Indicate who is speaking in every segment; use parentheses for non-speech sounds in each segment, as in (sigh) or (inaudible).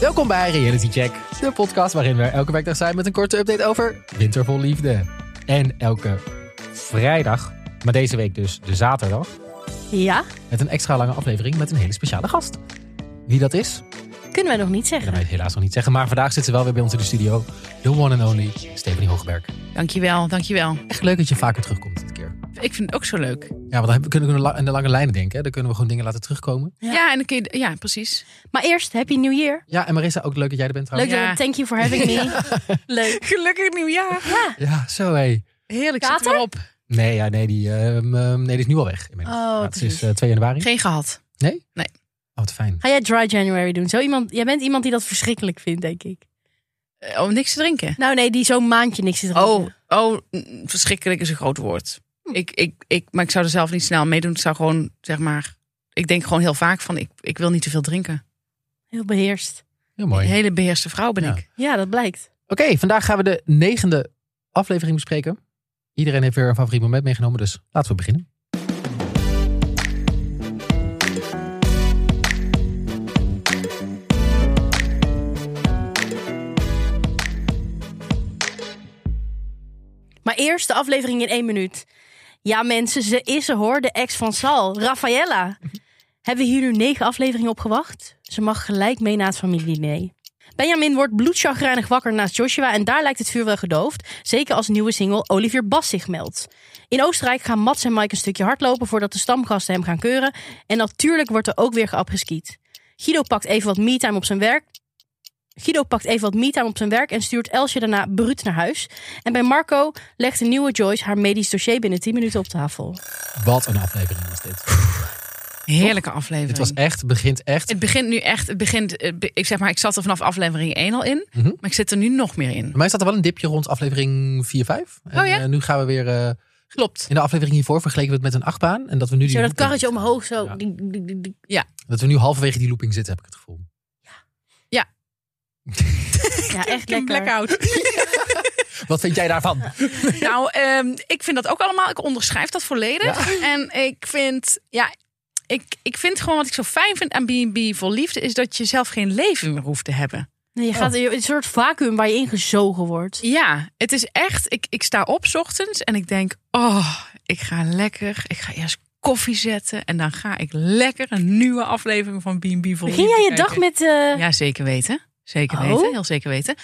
Speaker 1: Welkom bij Reality Check, de podcast waarin we elke werkdag zijn met een korte update over wintervol liefde. En elke vrijdag, maar deze week dus de zaterdag,
Speaker 2: Ja,
Speaker 1: met een extra lange aflevering met een hele speciale gast. Wie dat is,
Speaker 2: kunnen we nog niet
Speaker 1: dat
Speaker 2: zeggen.
Speaker 1: weet ik helaas nog niet zeggen, maar vandaag zit ze wel weer bij ons in de studio. The one and only Stephanie Hogeberg.
Speaker 3: Dankjewel, dankjewel.
Speaker 1: Echt leuk dat je vaker terugkomt dit keer.
Speaker 3: Ik vind het ook zo leuk.
Speaker 1: Ja, want dan hebben- kunnen we la- in de lange lijnen denken. Hè? Dan kunnen we gewoon dingen laten terugkomen.
Speaker 3: Ja, en dan kun je, ja precies.
Speaker 2: Maar eerst, Happy New Year.
Speaker 1: Ja, en Marissa, ook leuk dat jij er bent
Speaker 2: Leuk
Speaker 1: trouwens.
Speaker 3: Oh, Ja.
Speaker 2: dat thank you for
Speaker 3: (laughs)
Speaker 2: having me. Leuk.
Speaker 3: Gelukkig nieuwjaar.
Speaker 2: Ja.
Speaker 1: Ja, zo hé.
Speaker 3: Heerlijk,
Speaker 2: Kater?
Speaker 3: zit er weer op.
Speaker 1: Nee, ja, nee, die, ehm, ehm, nee, die is nu al weg. inmiddels.
Speaker 2: Oh,
Speaker 1: Ja, het is
Speaker 2: precies.
Speaker 1: eh, 2 januari.
Speaker 3: Geen gehad.
Speaker 1: Nee?
Speaker 3: Nee.
Speaker 1: Oh, wat fijn.
Speaker 2: Ga jij Dry January doen? Zo iemand, jij bent iemand die dat verschrikkelijk vindt, denk ik.
Speaker 3: Eh, Om niks te drinken.
Speaker 2: Nou nee, die zo'n maandje niks is.
Speaker 3: Oh, oh, mm, verschrikkelijk is een groot woord. Ik, ik, ik, maar ik zou er zelf niet snel aan meedoen. Ik zou gewoon, zeg maar... Ik denk gewoon heel vaak van, ik, ik wil niet te veel drinken.
Speaker 2: Heel beheerst.
Speaker 1: Heel mooi.
Speaker 3: Een hele beheerste vrouw ben
Speaker 1: Ja.
Speaker 3: ik.
Speaker 2: Ja, dat blijkt.
Speaker 1: Oké, vandaag gaan we de negende aflevering bespreken. Iedereen heeft weer een favoriet moment meegenomen, dus laten we beginnen.
Speaker 2: Maar eerst de aflevering in één minuut. Ja mensen, ze is er hoor, de ex van Sal, Raffaella. Hebben we hier nu negen afleveringen op gewacht? Ze mag gelijk mee naar het familiediner. Benjamin wordt bloedchagrijnig wakker naast Joshua en daar lijkt het vuur wel gedoofd. Zeker als nieuwe single Olivier Bas zich meldt. In Oostenrijk gaan Mats en Mike een stukje hardlopen voordat de stamgasten hem gaan keuren. En natuurlijk wordt er ook weer geapgeskiet. Guido pakt even wat me-time op zijn werk. Guido pakt even wat me-time op zijn werk en stuurt Elsje daarna bruut naar huis. En bij Marco legt de nieuwe Joyce haar medisch dossier binnen 10 minuten op tafel.
Speaker 1: Wat een aflevering was dit.
Speaker 3: Heerlijke aflevering.
Speaker 1: Dit was echt, het begint echt.
Speaker 3: Het begint nu echt, het begint, eh, be- ik zeg maar, ik zat er vanaf aflevering 1 al in,
Speaker 1: Mhm.
Speaker 3: maar ik zit er nu nog meer in.
Speaker 1: Bij mij staat er wel een dipje rond aflevering 4, 5. En,
Speaker 3: Oh ja?
Speaker 1: eh, nu gaan we weer, eh,
Speaker 3: Klopt.
Speaker 1: in de aflevering hiervoor vergeleken we het met een achtbaan. En dat we nu, die
Speaker 2: Zo dat
Speaker 1: looping-
Speaker 2: karretje omhoog, zo.
Speaker 1: Ja.
Speaker 2: Ding, ding, ding, ding.
Speaker 1: dat we nu halverwege die looping zitten, heb ik het gevoel.
Speaker 2: Ja, echt lekker.
Speaker 3: Een blackout.
Speaker 1: Wat vind jij daarvan?
Speaker 3: Nou, ehm, ik vind dat ook allemaal. Ik onderschrijf dat volledig. En ik vind, ja, ik, ik vind gewoon wat ik zo fijn vind aan B&B voor liefde... is dat je zelf geen leven meer hoeft te hebben.
Speaker 2: Nee, je gaat in een soort vacuüm waar je ingezogen wordt.
Speaker 3: Ja, het is echt... Ik, ik sta op 's ochtends en ik denk... Oh, ik ga lekker. Ik ga eerst koffie zetten. En dan ga ik lekker een nieuwe aflevering van B&B voor liefde
Speaker 2: Begin jij je dag
Speaker 3: kijken.
Speaker 2: met eh, een
Speaker 3: Ja, zeker weten. Zeker
Speaker 2: Oh.
Speaker 3: weten, heel zeker weten.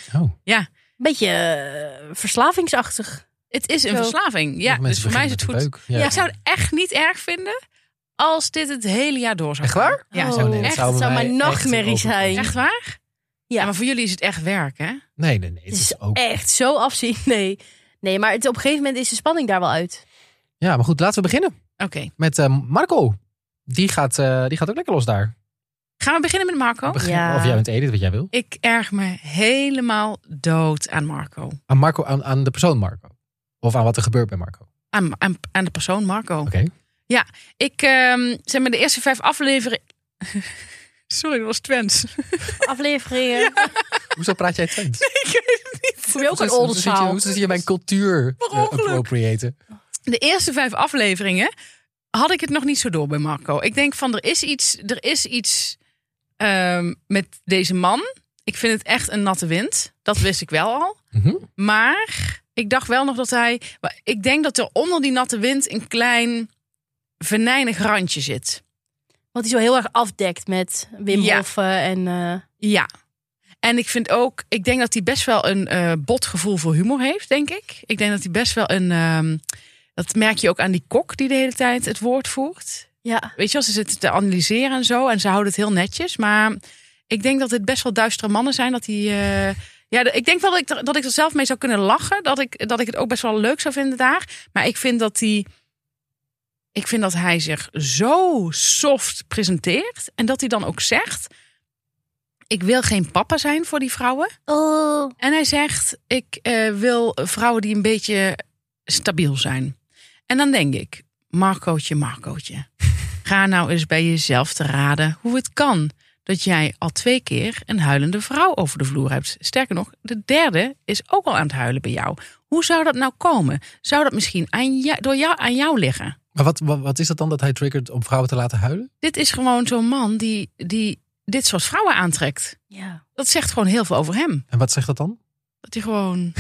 Speaker 1: Oh,
Speaker 2: beetje eh, verslavingsachtig?
Speaker 3: Het is een
Speaker 2: Zo.
Speaker 3: verslaving. Ja, dus voor mij is het goed.
Speaker 1: Ja.
Speaker 3: Ja, ik zou het echt niet erg vinden als dit het hele jaar door zou
Speaker 1: Echt
Speaker 3: gaan.
Speaker 1: waar?
Speaker 3: Ja,
Speaker 2: Oh,
Speaker 3: zo
Speaker 1: nee, dat
Speaker 2: echt,
Speaker 1: zou
Speaker 2: het zou
Speaker 1: bij
Speaker 2: mijn
Speaker 1: mij echt
Speaker 2: nachtmerrie
Speaker 1: overkomen.
Speaker 2: zijn.
Speaker 3: Echt waar?
Speaker 2: Ja.
Speaker 3: Ja. maar voor jullie is het echt werk, hè?
Speaker 1: Nee, nee, nee. Het
Speaker 2: Het
Speaker 1: is
Speaker 2: is
Speaker 1: ook...
Speaker 2: Echt zo afzien? (laughs) Nee. Nee, maar het, op een gegeven moment is de spanning daar wel uit.
Speaker 1: Ja, maar goed, laten we beginnen
Speaker 3: Oké.
Speaker 1: met eh, Marco. Die gaat, eh, die gaat ook lekker los daar.
Speaker 3: Gaan we beginnen met Marco?
Speaker 1: Begin-
Speaker 2: Ja.
Speaker 1: Of jij bent Edith, wat jij wil.
Speaker 3: Ik erg me helemaal dood aan Marco.
Speaker 1: Aan Marco, aan, aan de persoon Marco. Of aan wat er gebeurt bij Marco. Oké.
Speaker 3: Aan, aan, aan de persoon Marco. Ik ehm zeg maar de eerste vijf afleveringen. (laughs) Sorry, dat was Twents.
Speaker 2: Afleveringen.
Speaker 1: Hoezo praat jij
Speaker 3: (laughs)
Speaker 1: Twents?
Speaker 2: Kom je ook een
Speaker 1: Hoezo-
Speaker 2: olde
Speaker 1: hoezo zit je-
Speaker 2: zaal?
Speaker 1: Hoezo zie je mijn cultuur
Speaker 3: Per
Speaker 1: eh,
Speaker 3: ongeluk.
Speaker 1: appropriëten?
Speaker 3: de eerste vijf afleveringen had ik het nog niet zo door bij Marco. Ik denk van er is iets, er is iets ehm, met deze man. Ik vind het echt een natte wind. Dat wist ik wel al.
Speaker 1: Mhm.
Speaker 3: Maar ik dacht wel nog dat hij. maar Ik denk dat er onder die natte wind een klein venijnig randje zit.
Speaker 2: Want die zo heel erg afdekt met Wim
Speaker 3: Ja.
Speaker 2: Hof eh, en... eh,
Speaker 3: Ja. En ik vind ook, ik denk dat hij best wel een eh bot gevoel voor humor heeft, denk ik. Ik denk dat hij best wel een. ehm, dat merk je ook aan die kok die de hele tijd het woord voert.
Speaker 2: ja.
Speaker 3: weet je wel, ze zitten te analyseren en zo. En ze houden het heel netjes. Maar ik denk dat dit best wel duistere mannen zijn. Dat die, eh, ja, de- ik denk wel dat ik, er, dat ik er zelf mee zou kunnen lachen. Dat ik, dat ik het ook best wel leuk zou vinden daar. Maar ik vind dat die... Ik vind dat hij zich zo soft presenteert. En dat hij dan ook zegt... Ik wil geen papa zijn voor die vrouwen.
Speaker 2: Oh.
Speaker 3: En hij zegt: Ik eh, wil vrouwen die een beetje stabiel zijn. En dan denk ik: Marcootje, Marcootje. Ga nou eens bij jezelf te raden hoe het kan. dat jij al twee keer een huilende vrouw over de vloer hebt. Sterker nog, de derde is ook al aan het huilen bij jou. Hoe zou dat nou komen? Zou dat misschien aan jou, door jou, aan jou liggen?
Speaker 1: Maar wat, wat, wat is dat dan dat hij triggert om vrouwen te laten huilen?
Speaker 3: Dit is gewoon zo'n man die, die dit soort vrouwen aantrekt.
Speaker 2: Ja.
Speaker 3: Dat zegt gewoon heel veel over hem.
Speaker 1: En wat zegt dat dan?
Speaker 3: Dat hij gewoon.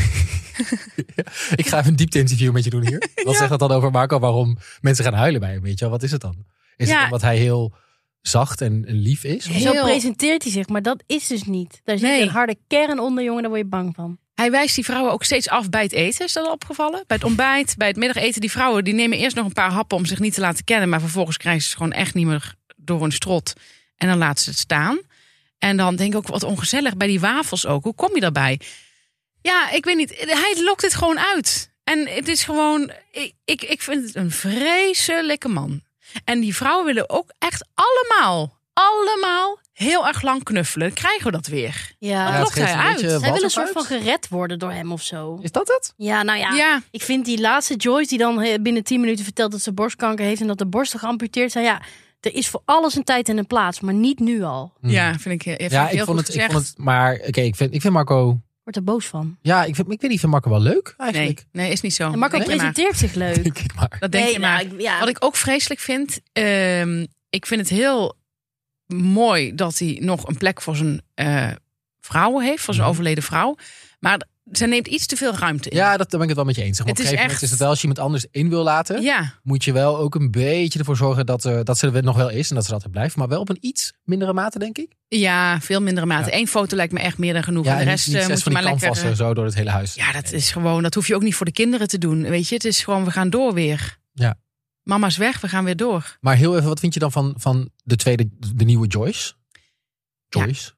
Speaker 1: Ik ga even een diepte-interview met je doen
Speaker 3: (laughs)
Speaker 1: hier. Wat zegt dat dan over Marco? Waarom mensen gaan huilen bij hem? Weet je wel? Wat is het dan? Is
Speaker 3: Ja.
Speaker 1: het omdat hij heel zacht en, en lief is?
Speaker 3: Heel-
Speaker 2: Zo presenteert hij zich, maar dat is dus niet. Daar zit
Speaker 3: Nee.
Speaker 2: een harde kern onder, jongen, daar word je bang van.
Speaker 3: Hij wijst die vrouwen ook steeds af bij het eten, is dat al opgevallen? Bij het ontbijt, bij het middageten. Die vrouwen die nemen eerst nog een paar happen om zich niet te laten kennen. Maar vervolgens krijgen ze het gewoon echt niet meer door hun strot. En dan laten ze het staan. En dan denk ik ook wat ongezellig bij die wafels ook. Hoe kom je daarbij? Ja, ik weet niet. Hij lokt dit gewoon uit. En het is gewoon. Ik, ik, ik vind het een vreselijke man. En die vrouwen willen ook echt allemaal, allemaal heel erg lang knuffelen. Dan krijgen we dat weer.
Speaker 2: Ja.
Speaker 3: Ja,
Speaker 1: het
Speaker 3: lokt hij
Speaker 1: geeft een
Speaker 3: uit?
Speaker 1: beetje
Speaker 3: Hij
Speaker 2: Zij willen een
Speaker 1: walter
Speaker 2: soort van
Speaker 1: vibes.
Speaker 2: gered worden door hem of zo.
Speaker 1: Is dat het?
Speaker 2: Ja, nou ja.
Speaker 3: ja.
Speaker 2: Ik vind die laatste Joyce die dan eh, binnen 10 minuten vertelt dat ze borstkanker heeft en dat de borsten geamputeerd zijn. Ja, er is voor alles een tijd en een plaats, maar niet nu al.
Speaker 1: Hmm.
Speaker 3: Ja, vind ik, heel- vind
Speaker 1: Ja,
Speaker 3: heel
Speaker 1: ik vond,
Speaker 3: goed
Speaker 1: het, ik
Speaker 3: gezegd.
Speaker 1: vond het. Maar oké, ik, vind, ik vind Marco.
Speaker 2: Wordt er boos
Speaker 3: Oh,
Speaker 2: van.
Speaker 1: Ja, ik, vind, ik weet niet, ik vind Marco wel leuk
Speaker 3: Nee,
Speaker 1: eigenlijk.
Speaker 3: nee, is niet zo.
Speaker 2: En Marco
Speaker 3: Denk je maar.
Speaker 2: presenteert zich
Speaker 3: (laughs)
Speaker 2: leuk.
Speaker 1: Denk ik maar.
Speaker 3: Dat denk
Speaker 2: Nee,
Speaker 3: je
Speaker 2: nou,
Speaker 3: maar.
Speaker 2: ik- ja.
Speaker 3: Wat ik ook vreselijk vind, ehm, ik vind het heel mooi dat hij nog een plek voor zijn eh, vrouw heeft, voor zijn
Speaker 1: Mhm.
Speaker 3: overleden vrouw. Maar zij neemt iets te veel ruimte in.
Speaker 1: Ja, dat, daar ben ik het wel met je eens. Zeg maar,
Speaker 3: Het
Speaker 1: op een
Speaker 3: is
Speaker 1: gegeven moment
Speaker 3: echt-
Speaker 1: is het wel als je iemand anders in wil laten.
Speaker 3: ja,
Speaker 1: moet je wel ook een beetje ervoor zorgen dat, eh, dat ze er nog wel is en dat ze dat er blijft. Maar wel op een iets mindere mate, denk ik.
Speaker 3: ja, veel mindere mate.
Speaker 1: Ja.
Speaker 3: Eén foto lijkt me echt meer dan genoeg. en de
Speaker 1: en
Speaker 3: rest
Speaker 1: niet,
Speaker 3: eh,
Speaker 1: niet zes
Speaker 3: moet
Speaker 1: van
Speaker 3: je
Speaker 1: die
Speaker 3: maar lekker. eh,
Speaker 1: kanvassen zo door het hele huis.
Speaker 3: Ja, dat is gewoon, dat hoef je ook niet voor de kinderen te doen. Weet je, het is gewoon, we gaan door weer.
Speaker 1: Ja.
Speaker 3: Mama is weg, we gaan weer door.
Speaker 1: Maar heel even, wat vind je dan van, van de tweede, de nieuwe Joyce?
Speaker 3: Ja.
Speaker 1: Joyce.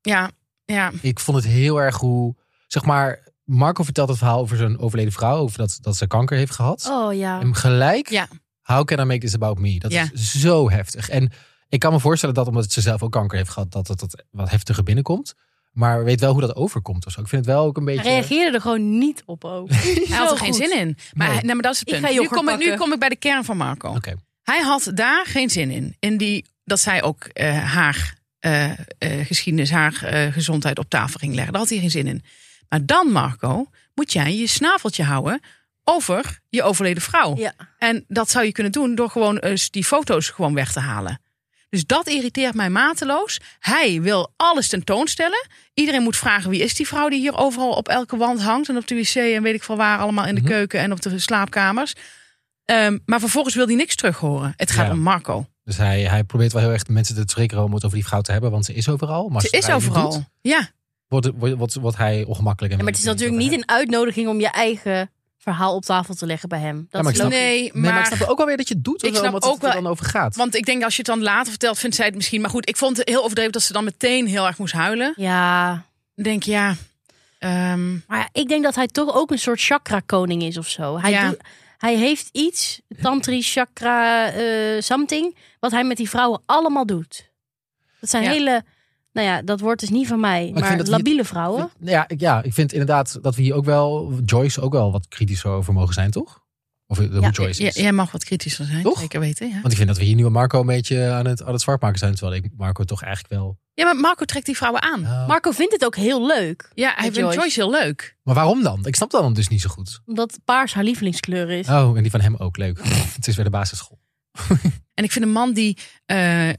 Speaker 3: Ja, ja.
Speaker 1: Ik vond het heel erg hoe, zeg maar, Marco vertelt het verhaal over zijn overleden vrouw, over dat, dat ze kanker heeft gehad.
Speaker 2: Oh ja.
Speaker 1: En gelijk,
Speaker 3: Ja.
Speaker 1: how can I make this about me? Dat
Speaker 3: Ja.
Speaker 1: is zo heftig. En ik kan me voorstellen dat omdat ze zelf ook kanker heeft gehad, dat het dat wat heftiger binnenkomt. Maar weet wel hoe dat overkomt of zo. Ik vind het wel ook een beetje...
Speaker 2: Hij reageerde er gewoon niet op ook.
Speaker 3: (laughs) Hij had er geen zin in. Maar,
Speaker 1: Nee.
Speaker 3: nee, maar dat is het
Speaker 2: Ik
Speaker 3: punt.
Speaker 2: ga
Speaker 3: nu,
Speaker 2: yoghurt
Speaker 3: kom ik, nu
Speaker 2: pakken.
Speaker 3: kom ik bij de kern van Marco.
Speaker 1: Oké.
Speaker 3: Hij had daar geen zin in. In die, dat zij ook eh, haar eh, eh, geschiedenis, haar eh, gezondheid op tafel ging leggen. Daar had hij geen zin in. Maar dan, Marco, moet jij je snaveltje houden over je overleden vrouw.
Speaker 2: Ja.
Speaker 3: En dat zou je kunnen doen door gewoon eens die foto's gewoon weg te halen. Dus dat irriteert mij mateloos. Hij wil alles tentoonstellen. Iedereen moet vragen wie is die vrouw die hier overal op elke wand hangt. En op de wc en weet ik veel waar allemaal in de
Speaker 1: Mhm.
Speaker 3: keuken en op de slaapkamers. Ehm, maar vervolgens wil hij niks terug horen. Het gaat
Speaker 1: Ja.
Speaker 3: om Marco.
Speaker 1: Dus hij, hij probeert wel heel erg de mensen te triggeren om het over die vrouw te hebben, want ze is overal. Maar
Speaker 3: Ze
Speaker 1: als hij
Speaker 3: is
Speaker 1: het niet
Speaker 3: overal.
Speaker 1: doet,
Speaker 3: ja,
Speaker 1: Wordt, wordt, wordt, wordt hij ongemakkelijk. En
Speaker 2: Ja, maar het is natuurlijk niet een uitnodiging om je eigen verhaal op tafel te leggen bij hem.
Speaker 1: Ja, maar
Speaker 2: Dat is
Speaker 1: ik snap-
Speaker 2: logisch.
Speaker 3: nee,
Speaker 1: Nee, maar,
Speaker 3: maar...
Speaker 1: ik snap ook wel weer dat je het doet.
Speaker 3: Ik
Speaker 1: of zo,
Speaker 3: snap
Speaker 1: omdat het
Speaker 3: ook wel-
Speaker 1: er dan over gaat.
Speaker 3: want ik denk als je het dan later vertelt, vindt zij het misschien. Maar goed, ik vond het heel overdreven dat ze dan meteen heel erg moest huilen.
Speaker 2: Ja,
Speaker 3: Ik denk, ja, ehm,
Speaker 2: maar ja, ik denk dat hij toch ook een soort chakra-koning is of zo. Hij,
Speaker 3: Ja.
Speaker 2: doet- hij heeft iets, tantri, chakra, eh, something, wat hij met die vrouwen allemaal doet. Dat zijn
Speaker 3: Ja.
Speaker 2: hele, nou ja, dat woord is niet van mij,
Speaker 1: vind
Speaker 2: maar
Speaker 1: dat hier-
Speaker 2: labiele vrouwen.
Speaker 1: Ik- ja, ik, ja, ik vind inderdaad dat we hier ook wel, Joyce ook wel wat kritischer over mogen zijn, toch? Of eh, hoe
Speaker 2: Ja,
Speaker 1: Joyce
Speaker 3: j-
Speaker 1: is.
Speaker 3: jij mag wat kritischer zijn.
Speaker 1: Toch?
Speaker 3: Zeker weten, ja.
Speaker 1: Want ik vind dat we hier nu aan Marco een beetje aan het, aan het zwart maken zijn. Terwijl ik Marco toch eigenlijk wel...
Speaker 3: Ja, maar Marco trekt die vrouwen aan.
Speaker 1: Ah.
Speaker 2: Marco vindt het ook heel leuk,
Speaker 3: Ja, hij
Speaker 2: Met
Speaker 3: vindt
Speaker 2: Joyce.
Speaker 3: Joyce heel leuk.
Speaker 1: Maar waarom dan? Ik snap dat dan dus niet zo goed.
Speaker 2: omdat paars haar lievelingskleur is.
Speaker 1: Oh, en die van hem ook. Leuk. het is weer de basisschool.
Speaker 3: En ik vind een man die, eh, eh,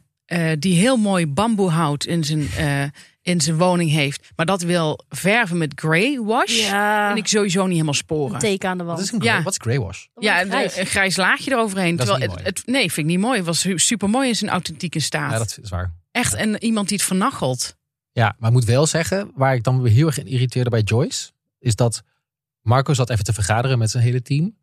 Speaker 3: die heel mooi bamboehout in zijn, eh, in zijn woning heeft. Maar dat wil verven met grey wash.
Speaker 2: Ja,
Speaker 3: Vind ik sowieso niet helemaal
Speaker 2: een
Speaker 3: sporen.
Speaker 2: teken aan de
Speaker 1: Wat is
Speaker 2: wand.
Speaker 1: een grey,
Speaker 3: Ja.
Speaker 1: wat is grey wash?
Speaker 3: Ja,
Speaker 2: Dat
Speaker 3: een
Speaker 2: wordt grijs.
Speaker 3: een grijs laagje eroverheen.
Speaker 1: Dat is
Speaker 3: Terwijl
Speaker 1: niet
Speaker 3: het, het- nee, vind ik niet mooi. Het was super mooi in zijn authentieke staat.
Speaker 1: Ja, dat is waar.
Speaker 3: Echt en iemand die het vernachelt.
Speaker 1: Ja, maar ik moet wel zeggen, waar ik dan weer heel erg in irriteerde bij Joyce, is dat Marco zat even te vergaderen met zijn hele team.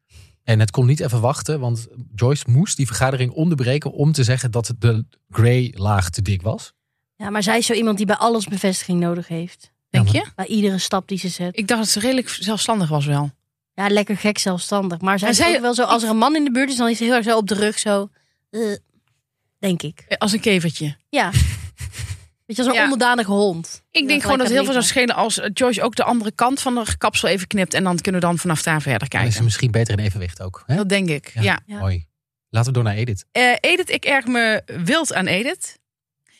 Speaker 1: En het kon niet even wachten, want Joyce moest die vergadering onderbreken om te zeggen dat de grey laag te dik was.
Speaker 2: Ja, maar zij is zo iemand die bij alles bevestiging nodig heeft.
Speaker 3: Denk
Speaker 1: Ja,
Speaker 3: je?
Speaker 2: Bij iedere stap die ze zet.
Speaker 3: Ik dacht dat ze redelijk zelfstandig was wel.
Speaker 2: Ja, lekker gek zelfstandig. Maar zij
Speaker 3: Maar
Speaker 2: is
Speaker 3: zij-
Speaker 2: ook wel zo, als er een man in de buurt is, dan is ze heel erg zo op de rug zo. eh, denk ik.
Speaker 3: Eh, Als een kevertje.
Speaker 2: Ja. Weet je, als een
Speaker 3: Ja.
Speaker 2: onderdanige hond.
Speaker 3: Ik denk
Speaker 2: gelijk
Speaker 3: gewoon dat het heel veel zou
Speaker 2: dat
Speaker 3: schelen als eh, Joyce ook de andere kant van haar kapsel even knipt. En dan kunnen we dan vanaf daar verder
Speaker 1: Dan is ze
Speaker 3: kijken.
Speaker 1: misschien beter in evenwicht ook. Hè?
Speaker 3: Dat denk ik,
Speaker 1: Ja.
Speaker 3: ja.
Speaker 2: Ja.
Speaker 1: Mooi. Laten we door naar Edith.
Speaker 3: Eh, Edith, ik erg me wild aan Edith.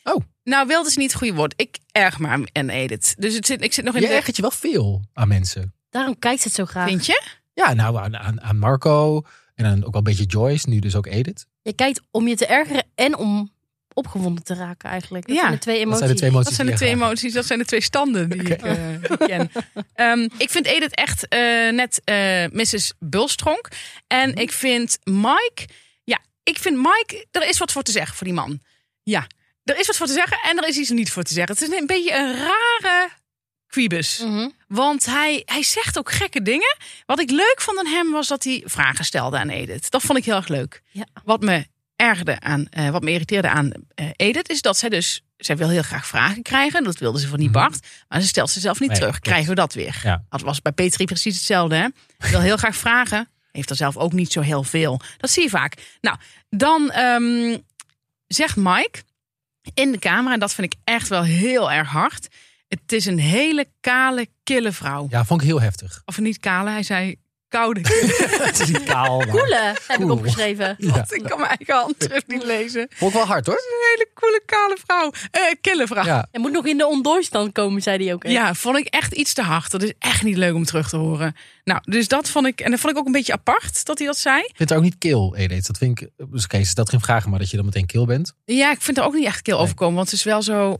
Speaker 1: Oh.
Speaker 3: Nou, wild is niet het goede woord. Ik erg maar en edit. Dus het zit, ik zit nog in
Speaker 1: Je
Speaker 3: de...
Speaker 1: ergert je wel veel aan mensen.
Speaker 2: Daarom kijkt ze het zo graag.
Speaker 3: Vind je?
Speaker 1: Ja, nou, aan, aan, aan Marco en aan ook wel een beetje Joyce, nu dus ook Edith.
Speaker 2: Je kijkt om je te ergeren en om opgewonden te raken eigenlijk. Dat
Speaker 3: Ja,
Speaker 2: zijn de twee
Speaker 1: Dat
Speaker 2: emoties.
Speaker 1: zijn de twee emoties.
Speaker 3: Dat zijn de
Speaker 1: die
Speaker 3: twee
Speaker 1: je
Speaker 3: emoties, dat zijn de twee standen die ik eh,
Speaker 1: (laughs)
Speaker 3: ken. Ehm, ik vind Edith echt eh, net eh, Mrs. Bulstronk. En
Speaker 1: Mhm.
Speaker 3: ik vind Mike... Ja, ik vind Mike... Er is wat voor te zeggen voor die man. Ja, er is wat voor te zeggen en er is iets niet voor te zeggen. Het is een beetje een rare quibus.
Speaker 2: Mhm.
Speaker 3: Want hij, hij zegt ook gekke dingen. Wat ik leuk vond aan hem was dat hij vragen stelde aan Edith. Dat vond ik heel erg leuk.
Speaker 2: Ja.
Speaker 3: Wat me ergerde aan, eh, wat me irriteerde aan eh, Edith is dat zij dus, zij wil heel graag vragen krijgen. Dat wilde ze van die
Speaker 1: Mhm.
Speaker 3: Bart. Maar ze stelt ze zelf niet
Speaker 1: Nee,
Speaker 3: terug.
Speaker 1: klopt.
Speaker 3: Krijgen we dat weer?
Speaker 1: Ja.
Speaker 3: Dat was bij Petri precies hetzelfde. Hè? Wil heel graag vragen. Heeft er zelf ook niet zo heel veel. Dat zie je vaak. Nou, dan ehm, zegt Mike in de camera, en dat vind ik echt wel heel erg hard. Het is een hele kale, kille vrouw.
Speaker 1: Ja, vond ik heel heftig.
Speaker 3: (laughs) Of niet kale, hij zei koude.
Speaker 1: Het is niet kaal. maar-
Speaker 2: Koele heb ik
Speaker 1: Cool.
Speaker 2: opgeschreven.
Speaker 1: (laughs) Ja.
Speaker 3: ik kan mijn eigen handschrift niet lezen.
Speaker 1: Vond ik wel hard hoor.
Speaker 3: Een hele coole kale vrouw. Eh kille vrouw. Ja.
Speaker 1: Ja.
Speaker 2: Er moet nog in de ondooistand komen, zei hij ook. hè?
Speaker 3: vond ik echt iets te hard. Dat is echt niet leuk om terug te horen. Nou, dus dat vond ik... En dat vond ik ook een beetje apart dat hij dat zei.
Speaker 1: Ik vind het ook niet kil, Edith. Dat vind ik. Dus oké, ze stelt geen vragen, maar dat je dan meteen kil bent.
Speaker 3: Ja, ik vind er ook niet echt kil
Speaker 1: Nee.
Speaker 3: overkomen. Want ze is wel zo...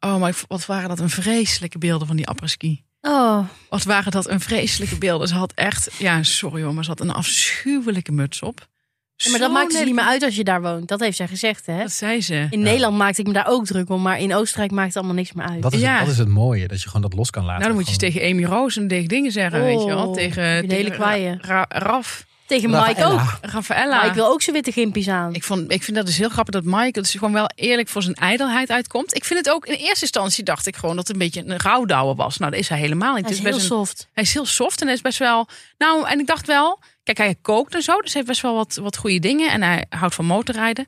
Speaker 3: Oh, maar ik v- wat waren dat een vreselijke beelden van die apres-ski.
Speaker 2: Oh,
Speaker 3: Wat waren dat een vreselijke beelden. Ze had echt... Ja, sorry hoor, maar ze had een afschuwelijke muts op.
Speaker 2: maar dat
Speaker 3: Zo
Speaker 2: maakt het niet
Speaker 3: lelijk.
Speaker 2: meer uit als je daar woont. Dat heeft zij gezegd, hè?
Speaker 3: Dat zei ze.
Speaker 2: In Nederland maakte ik me daar ook druk om, maar in Oostenrijk maakt het allemaal niks meer uit.
Speaker 1: Dat is,
Speaker 3: Ja.
Speaker 1: dat is het mooie, dat je gewoon dat los kan laten.
Speaker 3: Nou, dan moet je eens
Speaker 1: Gewoon-
Speaker 3: tegen Amy Roos en tegen dingen zeggen, weet je wel.
Speaker 2: Oh,
Speaker 3: Tegen,
Speaker 2: een hele
Speaker 3: tegen
Speaker 2: kwaaie.
Speaker 3: Ra- Ra- Raf,
Speaker 2: Tegen Mike
Speaker 1: Rafaela.
Speaker 2: ook.
Speaker 3: Rafaella.
Speaker 2: Maar ik wil ook zijn witte gimpies aan.
Speaker 3: Ik, vond, ik vind dat dus heel grappig dat Mike het is gewoon wel eerlijk voor zijn ijdelheid uitkomt. Ik vind het ook in eerste instantie dacht ik gewoon dat het een beetje een rouwdouwer was. Nou, dat is hij helemaal niet.
Speaker 2: Hij
Speaker 3: Het
Speaker 2: is heel
Speaker 3: best een-
Speaker 2: soft.
Speaker 3: hij is heel soft en hij is best wel. Nou, en ik dacht wel, kijk, hij kookt en zo, dus hij heeft best wel wat, wat goede dingen en hij houdt van motorrijden.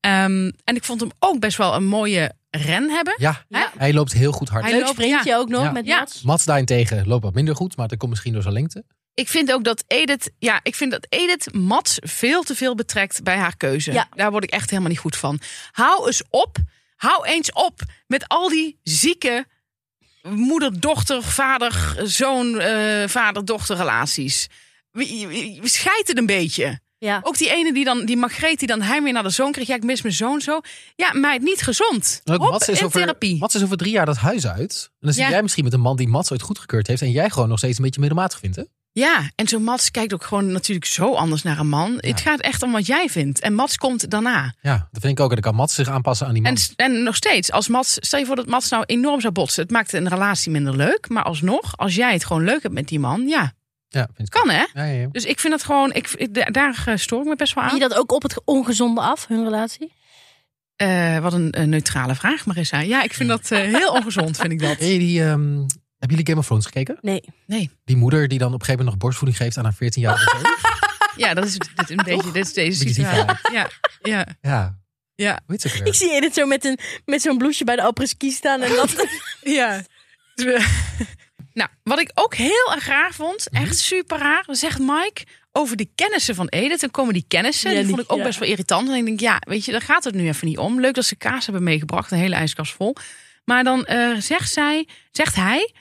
Speaker 3: Ehm, en ik vond hem ook best wel een mooie ren hebben.
Speaker 1: Ja,
Speaker 3: Hè?
Speaker 1: hij loopt heel goed hard.
Speaker 3: Hij
Speaker 2: Leuk
Speaker 3: loopt-
Speaker 2: vriendje ook nog
Speaker 1: Ja.
Speaker 2: met
Speaker 3: Ja.
Speaker 2: Mats.
Speaker 1: Mats daarentegen loopt wat minder goed, maar dat komt misschien door zijn lengte.
Speaker 3: Ik vind ook dat Edith, ja, ik vind dat Edith Mats veel te veel betrekt bij haar keuze.
Speaker 2: Ja.
Speaker 3: Daar word ik echt helemaal niet goed van. Hou eens op, hou eens op met al die zieke moeder, dochter, vader, zoon, eh, vader, dochter relaties. We, we- we scheid het een beetje.
Speaker 2: Ja.
Speaker 3: Ook die ene die dan, die Margreet, die dan hij weer naar de zoon kreeg. Ja, ik mis mijn zoon zo. Ja, meid, niet gezond.
Speaker 1: Ook
Speaker 3: Hop,
Speaker 1: Mats,
Speaker 3: in
Speaker 1: is over,
Speaker 3: therapie.
Speaker 1: Mats is over drie jaar dat huis uit. En dan zit
Speaker 3: Ja.
Speaker 1: jij misschien met een man die Mats ooit goedgekeurd heeft. En jij gewoon nog steeds een beetje middelmatig vindt. Hè?
Speaker 3: Ja, en zo Mats kijkt ook gewoon natuurlijk zo anders naar een man. Het gaat echt om wat jij vindt. En Mats komt daarna.
Speaker 1: Ja, dat vind ik ook. En dan kan Mats zich aanpassen aan die man.
Speaker 3: En, en nog steeds, als Mats, stel je voor dat Mats nou enorm zou botsen. Het maakt een relatie minder leuk. Maar alsnog, als jij het gewoon leuk hebt met die man, ja,
Speaker 1: ja, vind ik
Speaker 3: kan hè?
Speaker 1: Ja, ja, ja.
Speaker 3: Dus ik vind dat gewoon, ik, ik- da- daar eh, stoor ik me best wel
Speaker 2: Zie
Speaker 3: aan.
Speaker 2: je dat ook op het ongezonde af, hun relatie?
Speaker 3: Eh, wat een eh, neutrale vraag, Marissa. Ja, ik vind dat eh, heel ongezond, vind ik dat.
Speaker 1: Ken je die, ehm, hebben jullie Game of Thrones gekeken?
Speaker 2: Nee.
Speaker 1: Die moeder die dan op een gegeven moment nog borstvoeding geeft aan haar 14-jarige
Speaker 2: (laughs)
Speaker 1: zoon.
Speaker 3: Ja, dat is dit, een beetje, dit is
Speaker 1: Beetje
Speaker 3: deze
Speaker 1: die
Speaker 3: situatie. Ja, ja.
Speaker 1: Ja.
Speaker 3: Ja.
Speaker 1: Hoe heet ze ook
Speaker 2: Ik
Speaker 1: weer?
Speaker 2: zie Edith zo met, een, met zo'n blouseje bij de apres-ski staan. En dat,
Speaker 3: Ja. nou, wat ik ook heel erg raar vond, echt super raar, zegt Mike over die kennissen van Edith. Dan komen die kennissen,
Speaker 2: Ja,
Speaker 3: die
Speaker 2: die-
Speaker 3: vond ik ook
Speaker 2: ja.
Speaker 3: best wel irritant. En ik denk, ja, weet je, daar gaat het nu even niet om. Leuk dat ze kaas hebben meegebracht, een hele ijskast vol. Maar dan eh, zegt, zij, zegt hij,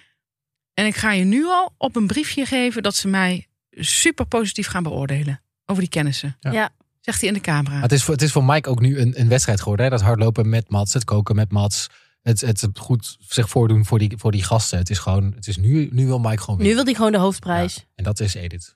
Speaker 3: en ik ga je nu al op een briefje geven dat ze mij super positief gaan beoordelen over die kennissen.
Speaker 1: Ja.
Speaker 2: Ja.
Speaker 3: Zegt hij in de camera.
Speaker 1: Maar het, is voor, het is voor Mike ook nu een, een wedstrijd geworden. Hè? Dat hardlopen met Mats, het koken met Mats. Het, het goed zich voordoen voor die, voor die gasten. Het is gewoon, het is nu, nu wil Mike gewoon
Speaker 2: (laughs) nu
Speaker 1: winnen.
Speaker 2: wil hij gewoon de hoofdprijs. Ja.
Speaker 1: En dat is Edith.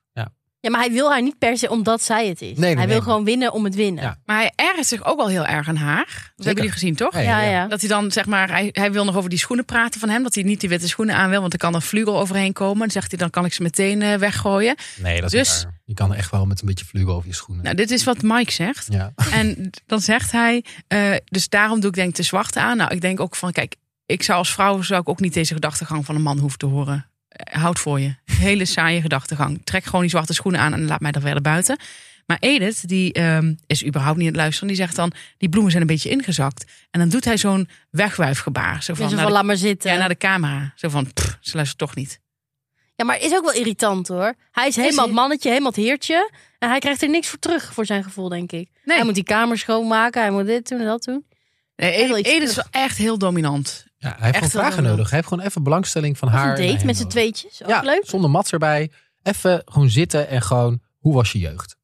Speaker 1: Ja.
Speaker 2: maar hij wil haar niet per se omdat zij het is.
Speaker 1: Nee, nee,
Speaker 2: hij
Speaker 1: nee,
Speaker 2: wil
Speaker 1: nee.
Speaker 2: gewoon winnen om het winnen.
Speaker 1: Ja.
Speaker 3: Maar hij ergert zich ook al heel erg aan haar. Dat hebben jullie gezien, toch?
Speaker 1: Ja,
Speaker 2: Ja, ja.
Speaker 3: Dat hij dan, zeg maar, hij, hij wil nog over die schoenen praten van hem. Dat hij niet die witte schoenen aan wil, want er kan een vlugel overheen komen. En zegt hij, dan kan ik ze meteen eh, weggooien.
Speaker 1: Nee, dat is
Speaker 3: Dus-
Speaker 1: niet waar. Je kan echt wel met een beetje vlugel over je schoenen.
Speaker 3: Nou, dit is wat Mike zegt.
Speaker 2: (laughs)
Speaker 1: ja.
Speaker 3: En dan zegt hij, eh, dus daarom doe ik denk de zwarte aan. Nou, ik denk ook van, kijk, ik zou als vrouw zou ik ook niet deze gedachtegang van een man hoeven te horen. Eh, houd voor je. Hele saaie gedachtegang. Trek gewoon die zwarte schoenen aan en laat mij er verder buiten. Maar Edith, die ehm, is überhaupt niet aan het luisteren. Die zegt dan, die bloemen zijn een beetje ingezakt. En dan doet hij zo'n wegwuifgebaar. Zo van,
Speaker 2: Dus
Speaker 3: naar
Speaker 2: van,
Speaker 3: de
Speaker 2: laat maar zitten.
Speaker 3: Ja, naar de camera. Zo van, pff, ze luistert toch niet.
Speaker 2: Ja, maar is ook wel irritant hoor. Hij is helemaal
Speaker 3: hij-
Speaker 2: het mannetje, helemaal het heertje. En hij krijgt er niks voor terug, voor zijn gevoel, denk ik.
Speaker 3: Nee.
Speaker 2: Hij moet die kamer schoonmaken, hij moet dit doen en dat doen.
Speaker 3: Nee,
Speaker 2: Hij wil
Speaker 3: Edith,
Speaker 2: iets
Speaker 3: Edith is
Speaker 2: terug.
Speaker 3: wel echt heel dominant.
Speaker 1: Ja, hij heeft
Speaker 3: Echt
Speaker 1: gewoon vragen
Speaker 3: wel.
Speaker 1: nodig. Hij heeft gewoon even belangstelling van
Speaker 2: Of
Speaker 1: haar.
Speaker 2: een
Speaker 1: naar
Speaker 2: date
Speaker 1: hem
Speaker 2: met z'n
Speaker 1: nodig.
Speaker 2: tweetjes. Ook
Speaker 1: Ja,
Speaker 2: leuk.
Speaker 1: zonder mats erbij. Even gewoon zitten en gewoon, hoe was je jeugd?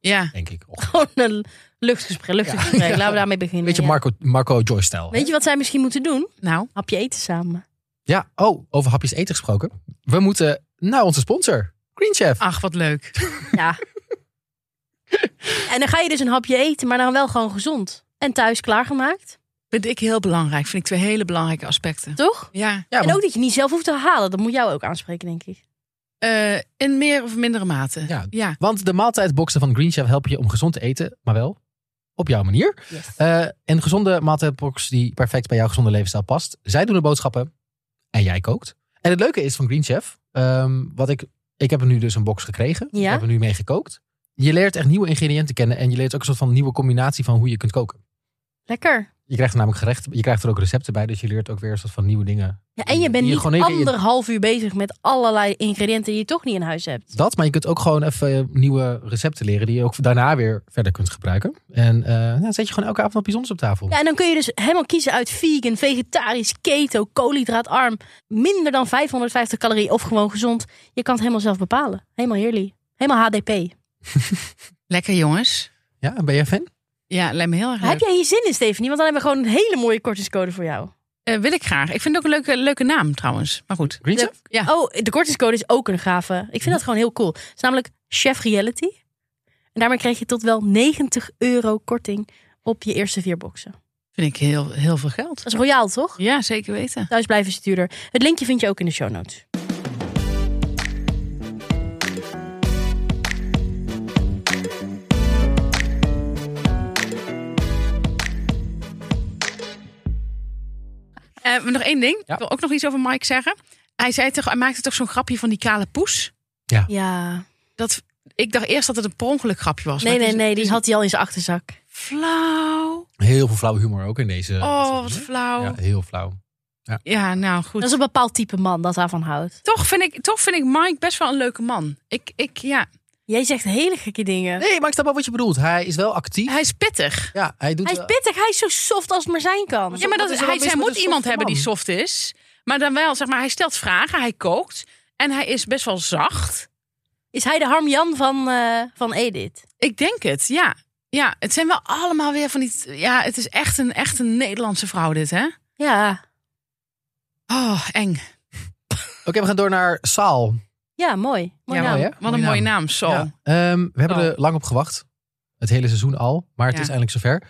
Speaker 3: Ja.
Speaker 1: Denk ik. Och,
Speaker 2: Gewoon een luchtgesprek. luchtgesprek.
Speaker 1: Ja.
Speaker 2: Laten we daarmee beginnen.
Speaker 1: Weet je,
Speaker 2: ja.
Speaker 1: Marco, Marco Joyce-stijl. hè?
Speaker 2: Weet je wat zij misschien moeten doen?
Speaker 3: Nou,
Speaker 2: Hapje eten samen.
Speaker 1: Ja, oh, over hapjes eten gesproken. We moeten naar onze sponsor, Green Chef.
Speaker 2: Ah,
Speaker 3: ach, wat leuk.
Speaker 2: Ja. en dan ga je dus een hapje eten, maar dan wel gewoon gezond. En thuis klaargemaakt,
Speaker 3: Vind ik heel belangrijk. Vind ik twee hele belangrijke aspecten.
Speaker 2: toch?
Speaker 3: Ja.
Speaker 1: ja,
Speaker 2: en
Speaker 1: want-
Speaker 2: ook dat je niet zelf hoeft te halen. Dat moet jou ook aanspreken, denk ik.
Speaker 3: Eh, in meer of mindere mate.
Speaker 1: Ja.
Speaker 3: ja.
Speaker 1: want de maaltijdboxen van Green Chef helpen je om gezond te eten, maar wel op jouw manier. Eh, een gezonde maaltijdbox die perfect bij jouw gezonde levensstijl past. Zij doen de boodschappen en jij kookt. En het leuke is van Green Chef, ehm, wat ik, ik heb er nu dus een box gekregen.
Speaker 2: Ja.
Speaker 1: Ik heb er nu mee gekookt. Je leert echt nieuwe ingrediënten kennen en je leert ook een soort van nieuwe combinatie van hoe je kunt koken.
Speaker 2: Lekker.
Speaker 1: Je krijgt er namelijk gerecht, je krijgt er ook recepten bij, dus je leert ook weer een soort van nieuwe dingen.
Speaker 2: Ja, en je
Speaker 1: Die
Speaker 2: bent
Speaker 1: je
Speaker 2: niet
Speaker 1: gewoon één keer in-
Speaker 2: anderhalf uur bezig met allerlei ingrediënten die je toch niet in huis hebt.
Speaker 1: Dat, maar je kunt ook gewoon even eh, nieuwe recepten leren die je ook daarna weer verder kunt gebruiken. En eh, nou, dan zet je gewoon elke avond wat bijzonders op tafel.
Speaker 2: Ja, en dan kun je dus helemaal kiezen uit vegan, vegetarisch, keto, koolhydraatarm. Minder dan 550 calorieën of gewoon gezond. Je kan het helemaal zelf bepalen. Helemaal heerlijk. Helemaal HDP.
Speaker 3: Lekker jongens.
Speaker 1: Ja, ben jij fan?
Speaker 3: Ja, lijkt me heel erg leuk.
Speaker 2: Heb jij hier zin in, Stephanie? Want dan hebben we gewoon een hele mooie kortingscode voor jou.
Speaker 3: Eh, wil ik graag. Ik vind het ook een leuke, leuke naam trouwens. Maar goed.
Speaker 1: Green Chef?
Speaker 3: Ja.
Speaker 2: Oh, de kortingscode is ook een gave. Ik vind dat gewoon heel cool. Het is namelijk Chef Reality. En daarmee krijg je tot wel 90 euro korting op je eerste vier boxen.
Speaker 3: Vind ik heel, heel veel geld.
Speaker 2: Dat is royaal, toch?
Speaker 3: Ja, zeker weten.
Speaker 2: Thuis blijven is het duurder. Het linkje vind je ook in de show notes.
Speaker 3: Eh, maar nog één ding.
Speaker 1: Ja.
Speaker 3: Ik wil ook nog iets over Mike zeggen. Hij, zei toch, hij maakte toch zo'n grapje van die kale poes.
Speaker 2: Ja.
Speaker 3: Dat, ik dacht eerst dat het een per ongeluk grapje was.
Speaker 2: Nee,
Speaker 3: maar
Speaker 2: nee,
Speaker 3: het is-
Speaker 2: nee. Die had hij al in zijn achterzak.
Speaker 3: Flauw.
Speaker 1: Heel veel flauwe humor ook in deze.
Speaker 3: Oh, wat flauw.
Speaker 1: Ja,
Speaker 3: Ja,
Speaker 1: heel flauw.
Speaker 3: nou goed.
Speaker 2: Dat is een bepaald type man dat daarvan houdt.
Speaker 3: Toch, vind ik, toch vind ik Mike best wel een leuke man. Ik, ik, ja.
Speaker 2: Jij zegt hele gekke dingen.
Speaker 1: Nee, maar ik snap wel wat je bedoelt. Hij is wel actief.
Speaker 3: Hij is pittig.
Speaker 1: ja, hij doet
Speaker 2: Hij is
Speaker 1: wel-
Speaker 2: pittig. Hij is zo soft als het maar zijn kan.
Speaker 3: Ja, maar dat,
Speaker 1: Wat is er
Speaker 3: hij,
Speaker 1: dan mis
Speaker 3: zij
Speaker 1: met
Speaker 3: moet
Speaker 1: een
Speaker 3: iemand
Speaker 1: softe
Speaker 3: hebben die
Speaker 1: man?
Speaker 3: soft is. Maar dan wel, zeg maar, hij stelt vragen, hij kookt. En hij is best wel zacht.
Speaker 2: Is hij de Harm Jan van, eh, van Edith?
Speaker 3: Ik denk het, ja. Ja, het zijn wel allemaal weer van die... Ja, het is echt een, echt een Nederlandse vrouw dit, hè?
Speaker 2: Ja.
Speaker 3: Oh, eng.
Speaker 1: Oké, we gaan door naar Saal.
Speaker 2: Ja, mooi. mooi
Speaker 3: ja,
Speaker 2: naam.
Speaker 1: mooi, hè?
Speaker 3: wat een mooie naam, Sol.
Speaker 1: Ja, ehm, we hebben
Speaker 3: Saal.
Speaker 1: er lang op gewacht. Het hele seizoen al. Maar het
Speaker 3: Ja.
Speaker 1: is eindelijk zover.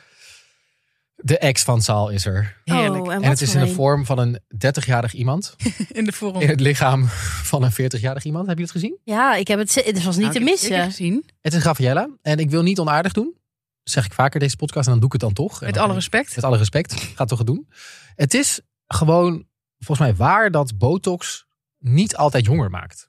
Speaker 1: De ex van Saal is er.
Speaker 3: Heerlijk.
Speaker 2: Oh, en,
Speaker 1: En,
Speaker 2: wat
Speaker 1: het is in
Speaker 2: voor
Speaker 1: de
Speaker 2: een.
Speaker 1: vorm van een 30-jarig iemand.
Speaker 3: In de vorm.
Speaker 1: In het lichaam van een 40-jarig iemand. Heb je het gezien?
Speaker 2: Ja, ik heb het, ze- het was niet
Speaker 3: Nou,
Speaker 2: te
Speaker 3: ik heb het zeker
Speaker 2: missen.
Speaker 3: gezien.
Speaker 1: Het is Raffaella. En ik wil niet onaardig doen. Dat zeg ik vaker deze podcast. En dan doe ik het dan toch. En
Speaker 3: Met
Speaker 1: dan-
Speaker 3: alle respect.
Speaker 1: Met alle respect. Gaat toch het doen. Het is gewoon volgens mij waar dat botox niet altijd jonger maakt.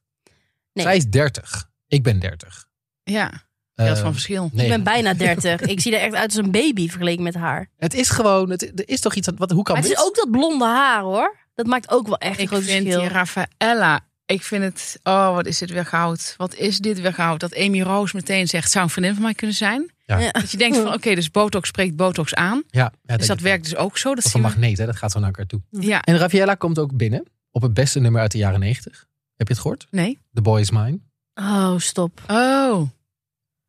Speaker 2: Nee.
Speaker 1: Zij is 30. Ik ben 30.
Speaker 3: Ja, dat
Speaker 1: Eh,
Speaker 3: van verschil.
Speaker 1: nee.
Speaker 2: Ik ben
Speaker 1: (laughs)
Speaker 2: bijna 30. ik zie er echt uit als een baby vergeleken met haar.
Speaker 1: Het is gewoon, het, er is toch iets aan, wat, hoe kan
Speaker 2: Maar het
Speaker 1: dit?
Speaker 2: is ook dat blonde haar hoor. Dat maakt ook wel echt een
Speaker 3: Ik
Speaker 2: groot
Speaker 3: vind
Speaker 2: verschil.
Speaker 3: die Raffaella... Ik vind het... Oh, wat is dit weer goud. Wat is dit weer goud. Dat Amy Rose meteen zegt... Zou een vriendin van mij kunnen zijn?
Speaker 1: Ja.
Speaker 2: Ja.
Speaker 3: Dat je denkt van... Oké, dus botox spreekt botox aan.
Speaker 1: ja, ja,
Speaker 3: Dus dat
Speaker 1: denk ik.
Speaker 3: werkt dus ook zo. Dat
Speaker 1: Dat is een
Speaker 3: zien we.
Speaker 1: magneet, hè? dat gaat zo naar elkaar toe.
Speaker 3: Ja,
Speaker 1: En Raffaella komt ook binnen op het beste nummer uit de jaren 90. Heb je het gehoord?
Speaker 3: nee.
Speaker 1: The Boy Is Mine.
Speaker 2: Oh, stop.
Speaker 3: Oh,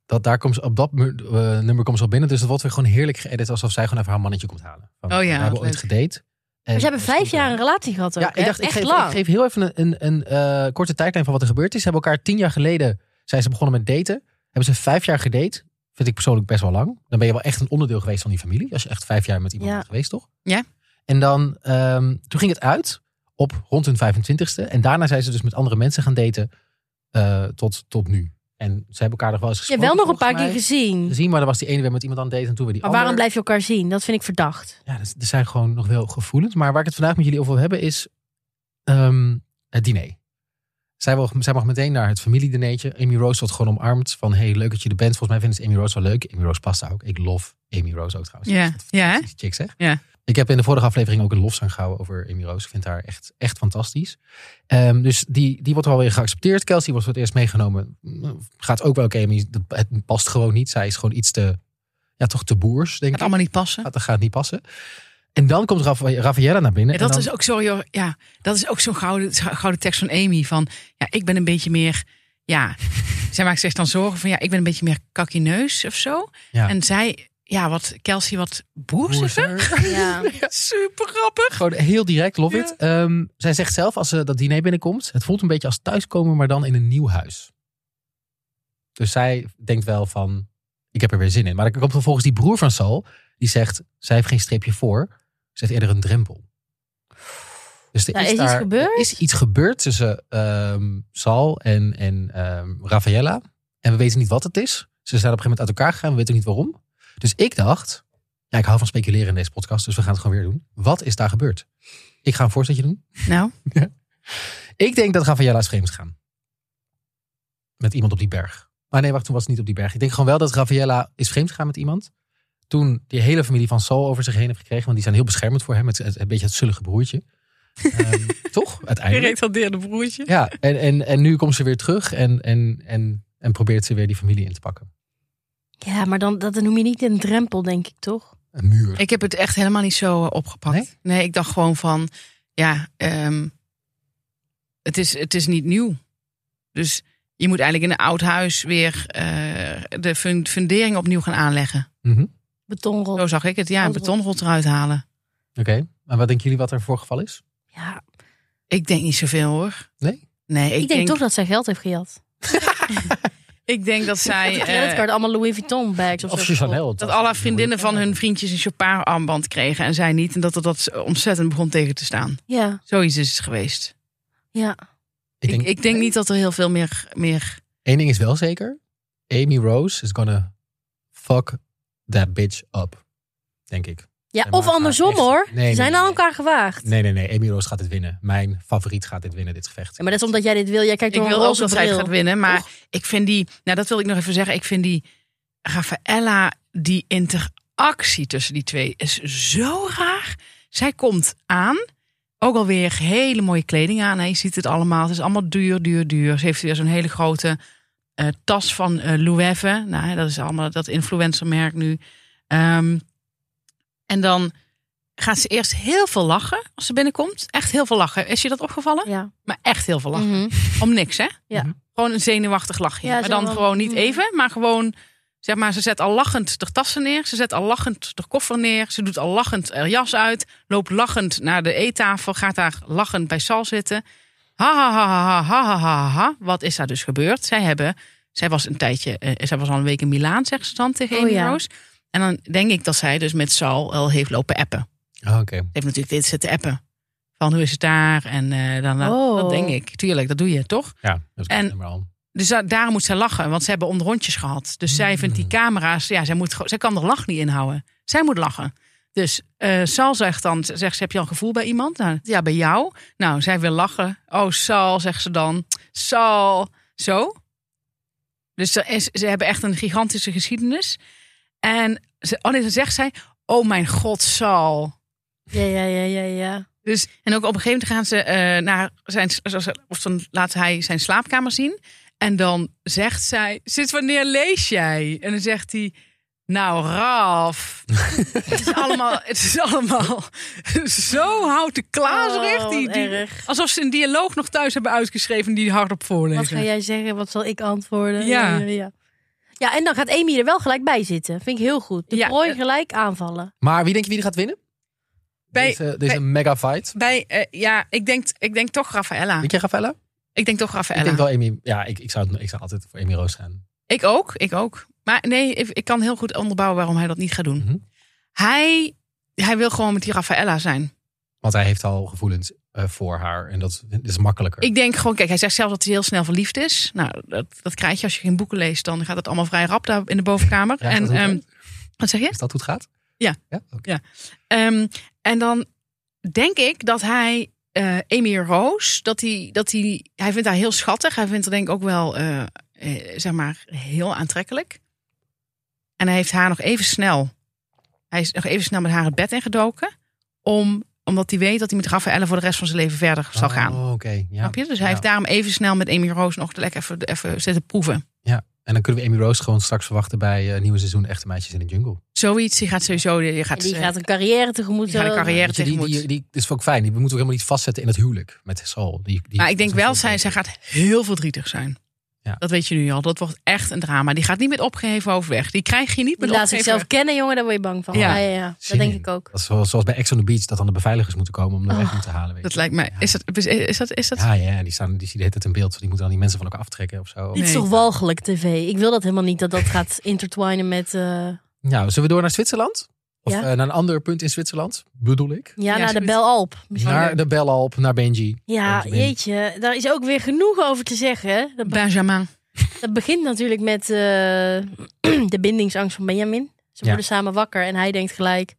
Speaker 1: Dat, daar komt ze- op dat mu- eh, nummer komt ze al binnen. Dus dat wordt weer gewoon heerlijk geëdit. Alsof zij gewoon even haar mannetje komt halen. Van,
Speaker 3: Oh ja,
Speaker 1: We hebben
Speaker 3: wat
Speaker 1: ooit
Speaker 3: leuk.
Speaker 1: gedate. En-
Speaker 2: Maar ze hebben vijf jaar een relatie gehad ook.
Speaker 1: Ja, ik dacht, ik
Speaker 2: echt
Speaker 1: geef, ik
Speaker 2: lang.
Speaker 1: geef heel even een, een, een eh, korte tijdlijn van wat er gebeurd is. Ze hebben elkaar tien jaar geleden, zijn ze begonnen met daten. Hebben ze vijf jaar gedate. Vind ik persoonlijk best wel lang. Dan ben je wel echt een onderdeel geweest van die familie. Als je echt vijf jaar met iemand
Speaker 2: Ja.
Speaker 1: bent geweest, toch?
Speaker 3: Ja.
Speaker 1: En dan, ehm, toen ging het uit op rond hun 25ste. En daarna zijn ze dus met andere mensen gaan daten eh, tot, tot nu. En ze hebben elkaar nog wel eens
Speaker 2: Je
Speaker 1: gesproken.
Speaker 2: hebt wel nog een paar
Speaker 1: volgens
Speaker 2: keer
Speaker 1: mij.
Speaker 2: gezien.
Speaker 1: gezien. Maar dan was die ene weer met iemand aan het daten en toen weer die
Speaker 2: Maar
Speaker 1: andere.
Speaker 2: waarom blijf je elkaar zien? Dat vind ik
Speaker 3: (laughs)
Speaker 2: verdacht.
Speaker 1: Ja, dat- er zijn gewoon nog wel gevoelens. Maar waar ik het vandaag met jullie over wil hebben is ehm, het diner. Zij, wil, zij mag meteen naar het familiedineetje. Amy Rose wordt gewoon omarmd van hey, leuk dat je er bent. Volgens mij vinden ze Amy Rose wel leuk. Amy Rose past daar ook. Ik love Amy Rose ook trouwens.
Speaker 3: Ja,
Speaker 1: Dat is
Speaker 3: ja, hè?
Speaker 1: fantastische chick zeg.
Speaker 3: Ja.
Speaker 1: Ik heb in de vorige aflevering ook een lofzang gehouden over Amy Rose. Ik vind haar echt, echt fantastisch. Ehm, dus die, die wordt alweer geaccepteerd. Kelsey wordt voor het eerst meegenomen. Gaat ook wel oké, Amy. dat- Het past gewoon niet. Zij is gewoon iets te ja, toch te boers, denk
Speaker 3: Gaat
Speaker 1: ik.
Speaker 3: allemaal niet passen.
Speaker 1: Dat gaat niet passen. En dan komt Raf- Raffaella naar binnen.
Speaker 3: Ja, dat
Speaker 1: en dan-
Speaker 3: is ook sorry hoor, ja, dat is ook zo'n gouden, gouden tekst van Amy van ja, ik ben een beetje meer ja, (laughs) zij maakt zich dan zorgen van ja, ik ben een beetje meer kakkineus of zo.
Speaker 1: Ja.
Speaker 3: En zij ja, wat Kelsey wat boerse.
Speaker 1: Boerser.
Speaker 2: Ja.
Speaker 3: Super grappig.
Speaker 1: Gewoon heel direct, love
Speaker 3: Ja.
Speaker 1: it. Ehm, zij zegt zelf als ze dat diner binnenkomt, het voelt een beetje als thuiskomen, maar dan in een nieuw huis. Dus zij denkt wel van, ik heb er weer zin in. Maar dan komt vervolgens die broer van Sal, die zegt, zij heeft geen streepje voor, ze heeft eerder een drempel. Dus er
Speaker 2: Nou, is iets
Speaker 1: daar-
Speaker 2: gebeurd?
Speaker 1: Er is iets gebeurd tussen ehm, Sal en, en ehm Raffaella. En we weten niet wat het is. Ze zijn op een gegeven moment uit elkaar gegaan, we weten niet waarom. Dus ik dacht, ja, ik hou van speculeren in deze podcast, dus we gaan het gewoon weer doen. Wat is daar gebeurd? Ik ga een voorzetje doen.
Speaker 3: Nou,
Speaker 1: Ik denk dat Raffaella is vreemd gaan. Met iemand op die berg. Maar nee, wacht, toen was het niet op die berg. Ik denk gewoon wel dat Raffaella is vreemd gegaan met iemand. Toen die hele familie van Saul over zich heen heeft gekregen. Want die zijn heel beschermend voor hem. Het, het- een beetje het zullige broertje.
Speaker 3: (laughs)
Speaker 1: Ehm, toch? Uiteindelijk.
Speaker 3: deerde broertje.
Speaker 1: Ja, en, en, en nu komt ze weer terug. En, en, en, en probeert ze weer die familie in te pakken.
Speaker 2: ja, maar dan, dat noem je niet een drempel, denk ik toch?
Speaker 1: Een muur.
Speaker 3: Ik heb het echt helemaal niet zo eh, opgepakt.
Speaker 1: Nee?
Speaker 3: Nee, ik dacht gewoon van ja, ehm, het is het is niet nieuw. Dus je moet eigenlijk in een oud huis weer eh, de fun- fundering opnieuw gaan aanleggen.
Speaker 1: Mhm.
Speaker 2: Betonrol.
Speaker 3: Zo zag ik het, ja, een
Speaker 2: Andere-
Speaker 3: betonrot eruit halen.
Speaker 1: Oké. En wat denken jullie wat er voor geval is?
Speaker 2: Ja,
Speaker 3: Ik denk niet zoveel hoor.
Speaker 1: Nee?
Speaker 3: Nee, ik,
Speaker 2: ik, denk toch dat zij geld heeft gejat.
Speaker 3: ik
Speaker 2: (laughs)
Speaker 3: denk dat zij.
Speaker 2: Op de
Speaker 3: eh,
Speaker 2: creditcard allemaal Louis Vuitton bags of,
Speaker 1: Of
Speaker 2: zo.
Speaker 1: Chanel.
Speaker 3: dat alle vriendinnen van hun vriendjes een Chopin-armband kregen en zij niet. En dat er dat ontzettend begon tegen te staan.
Speaker 2: Ja,
Speaker 3: Zoiets is het geweest.
Speaker 2: ja.
Speaker 1: Ik denk,
Speaker 3: ik denk niet dat er heel veel meer. meer...
Speaker 1: Eén ding is wel zeker. Amy Rose is gonna fuck that bitch up. Denk ik.
Speaker 2: ja
Speaker 1: En
Speaker 2: of
Speaker 1: maar
Speaker 2: andersom
Speaker 1: echt-
Speaker 2: hoor.
Speaker 1: Nee, nee,
Speaker 2: Ze zijn
Speaker 1: nee,
Speaker 2: aan
Speaker 1: nee.
Speaker 2: elkaar gewaagd.
Speaker 1: Nee, nee, nee. Amy Rose gaat dit winnen. Mijn favoriet gaat dit winnen, dit gevecht.
Speaker 2: Ja, maar dat is omdat jij dit wil. Jij kijkt
Speaker 3: Ik
Speaker 2: door een
Speaker 3: wil ook
Speaker 2: roze
Speaker 3: dat zij het
Speaker 2: bril.
Speaker 3: gaat winnen. Maar ik vind die. Nou, dat wil ik nog even zeggen. Ik vind die. Rafaella, die interactie tussen die twee is zo raar. Zij komt aan. Ook alweer hele mooie kleding aan. hè. Je ziet het allemaal. Het is allemaal duur, duur, duur. Ze heeft weer zo'n hele grote eh, tas van eh Louis Vuitton. Nou, hè, dat is allemaal dat influencermerk nu. Ehm, en dan gaat ze eerst heel veel lachen als ze binnenkomt. Echt heel veel lachen. Is je dat opgevallen?
Speaker 2: Ja.
Speaker 3: Maar echt heel veel lachen.
Speaker 2: Mhm.
Speaker 3: Om niks, hè?
Speaker 2: Ja.
Speaker 3: Gewoon een zenuwachtig lachje.
Speaker 2: Ja,
Speaker 3: maar
Speaker 2: zo
Speaker 3: dan
Speaker 2: wel.
Speaker 3: gewoon niet
Speaker 2: Mm.
Speaker 3: even, maar gewoon... Zeg maar, ze zet al lachend de tassen neer. Ze zet al lachend de koffer neer. Ze doet al lachend haar jas uit. Loopt lachend naar de eettafel. Gaat daar lachend bij Sal zitten. Ha, ha, ha, ha, ha, ha, ha, ha. Wat is daar dus gebeurd? Zij hebben... Zij was een tijdje... eh, zij was al een week in Milaan, zegt ze dan tegen
Speaker 2: Oh,
Speaker 3: Amy
Speaker 2: ja.
Speaker 3: Rose. En dan denk ik dat zij dus met Sal al heeft lopen appen. Ze
Speaker 1: Oh, Oké.
Speaker 3: heeft natuurlijk dit zitten appen. Van hoe is het daar? En eh, dan...
Speaker 2: Oh.
Speaker 3: Dat denk ik. Tuurlijk, dat doe je, toch?
Speaker 1: Ja, dat is
Speaker 3: En-
Speaker 1: nummer al.
Speaker 3: Dus da- daarom moet zij lachen, want ze hebben onderrondjes gehad. Dus zij vindt die camera's, ja, zij, moet, gewoon- zij kan de lach niet inhouden. Zij moet lachen. Dus eh, Sal zegt dan, zegt ze, heb je al een gevoel bij iemand? Nou, ja, bij jou. Nou, zij wil lachen. Oh, Sal, zegt ze dan. Sal, zo. Dus ze, is- ze hebben echt een gigantische geschiedenis. En ze, oh nee, dan zegt zij, oh mijn god, Sal.
Speaker 2: Ja, ja, ja, ja, ja.
Speaker 3: Dus, en ook op een gegeven moment gaan ze eh, naar zijn, zoals- of dan laat hij zijn slaapkamer zien. En dan zegt zij, sinds wanneer lees jij? En dan zegt hij,
Speaker 2: (laughs)
Speaker 3: nou Raf. het, is allemaal, het is allemaal zo houten klaasrecht.
Speaker 2: Oh,
Speaker 3: die,
Speaker 2: wat
Speaker 3: die-
Speaker 2: erg.
Speaker 3: alsof ze een dialoog nog thuis hebben uitgeschreven die hardop
Speaker 2: Wat ga
Speaker 3: voorlezen.
Speaker 2: jij zeggen? Wat zal ik antwoorden?
Speaker 3: Ja.
Speaker 2: ja, ja. Ja, en dan gaat Amy er wel gelijk bij zitten. Vind ik heel goed. De
Speaker 3: Ja.
Speaker 2: prooi gelijk aanvallen.
Speaker 1: Maar wie denk je wie er gaat winnen?
Speaker 3: Bij-
Speaker 1: deze deze mega fight.
Speaker 3: Bij, eh, ja, ik denk, ik denk toch Raffaella.
Speaker 1: Denk jij Raffaella?
Speaker 3: Ik denk toch Raffaella.
Speaker 1: Ik denk wel Amy. Ja, ik, ik, zou, ik zou altijd voor Amy Rose gaan.
Speaker 3: Ik ook, ik ook. Maar nee, ik, ik kan heel goed onderbouwen waarom hij dat niet gaat doen.
Speaker 1: Mhm.
Speaker 3: Hij, hij wil gewoon met die Raffaella zijn.
Speaker 1: Want hij heeft al gevoelens eh, voor haar. En dat is makkelijker.
Speaker 3: Ik denk gewoon, kijk, hij zegt zelf dat hij heel snel verliefd is. Nou, dat, dat krijg je als je geen boeken leest. Dan gaat het allemaal vrij rap daar in de bovenkamer.
Speaker 1: Ja, is
Speaker 3: en
Speaker 1: dat hoe het
Speaker 3: ehm,
Speaker 1: gaat?
Speaker 3: wat zeg je?
Speaker 1: Is dat hoe het gaat?
Speaker 3: Ja.
Speaker 1: ja? oké.
Speaker 3: Ehm, en dan denk ik dat hij eh Amy Roos, dat hij, dat hij, hij vindt haar heel schattig. Hij vindt haar denk ik ook wel, eh, eh, zeg maar, heel aantrekkelijk. En hij heeft haar nog even snel, hij is nog even snel met haar het bed ingedoken. Om, omdat hij weet dat hij met Raffaella voor de rest van zijn leven verder zal gaan.
Speaker 1: Oh, oké. Ja.
Speaker 3: Snap je? Dus
Speaker 1: Ja.
Speaker 3: hij heeft daarom even snel met Amy Roos nog lekker even, even zitten proeven.
Speaker 1: En dan kunnen we Amy Rose gewoon straks verwachten bij eh, het nieuwe seizoen Echte Meisjes in de Jungle.
Speaker 3: Zoiets, die gaat sowieso... Die gaat,
Speaker 2: Die
Speaker 3: eh,
Speaker 2: gaat een carrière
Speaker 3: die
Speaker 2: tegemoet.
Speaker 3: gaat een
Speaker 2: eh,
Speaker 3: carrière
Speaker 1: Weet je, die,
Speaker 3: tegemoet.
Speaker 1: die, die, dat is ook fijn. Die moeten we ook helemaal niet vastzetten in het huwelijk met Saul. Die, die,
Speaker 3: maar ik denk
Speaker 1: dat is
Speaker 3: wel,
Speaker 1: ook
Speaker 3: zij, zij gaat heel verdrietig zijn.
Speaker 1: Ja.
Speaker 3: Dat weet je nu al. Dat wordt echt een drama. Die gaat niet met opgeheven overweg. Die krijg je niet
Speaker 2: Die
Speaker 3: met
Speaker 2: laat
Speaker 3: opgeheven
Speaker 2: zichzelf kennen, jongen, daar word je bang van.
Speaker 3: Ja.
Speaker 2: ja, ja, ja.
Speaker 1: Zin
Speaker 2: dat denk
Speaker 1: in.
Speaker 2: ik ook.
Speaker 1: Dat is wel zoals bij Ex on the Beach, dat dan de beveiligers moeten komen om de weg
Speaker 2: Oh,
Speaker 1: te halen. Weet
Speaker 3: Dat
Speaker 1: je.
Speaker 3: lijkt mij... Is dat... Is, is dat, is dat
Speaker 1: Ja, ja, en die staan, die zie je de hele tijd in beeld. Die moeten dan die mensen van elkaar aftrekken of zo.
Speaker 2: Dit is
Speaker 3: Nee.
Speaker 2: toch walgelijk tv? Ik wil dat helemaal niet, dat dat gaat (laughs) intertwinen met... eh,
Speaker 1: Nou, zullen we door naar Zwitserland? Of
Speaker 2: Ja.
Speaker 1: eh, naar een ander punt in Zwitserland, bedoel ik.
Speaker 2: ja,
Speaker 3: Ja,
Speaker 2: naar de
Speaker 3: zoiets.
Speaker 2: Belalp. misschien.
Speaker 1: Naar de Bellalp, naar Benji.
Speaker 2: Ja,
Speaker 1: Benjamin.
Speaker 2: jeetje, daar is ook weer genoeg over te zeggen. Dat, be-
Speaker 3: Benjamin.
Speaker 2: dat begint natuurlijk met eh, (clears throat) de bindingsangst van Benjamin. Ze
Speaker 1: Ja.
Speaker 2: worden samen wakker en hij denkt gelijk...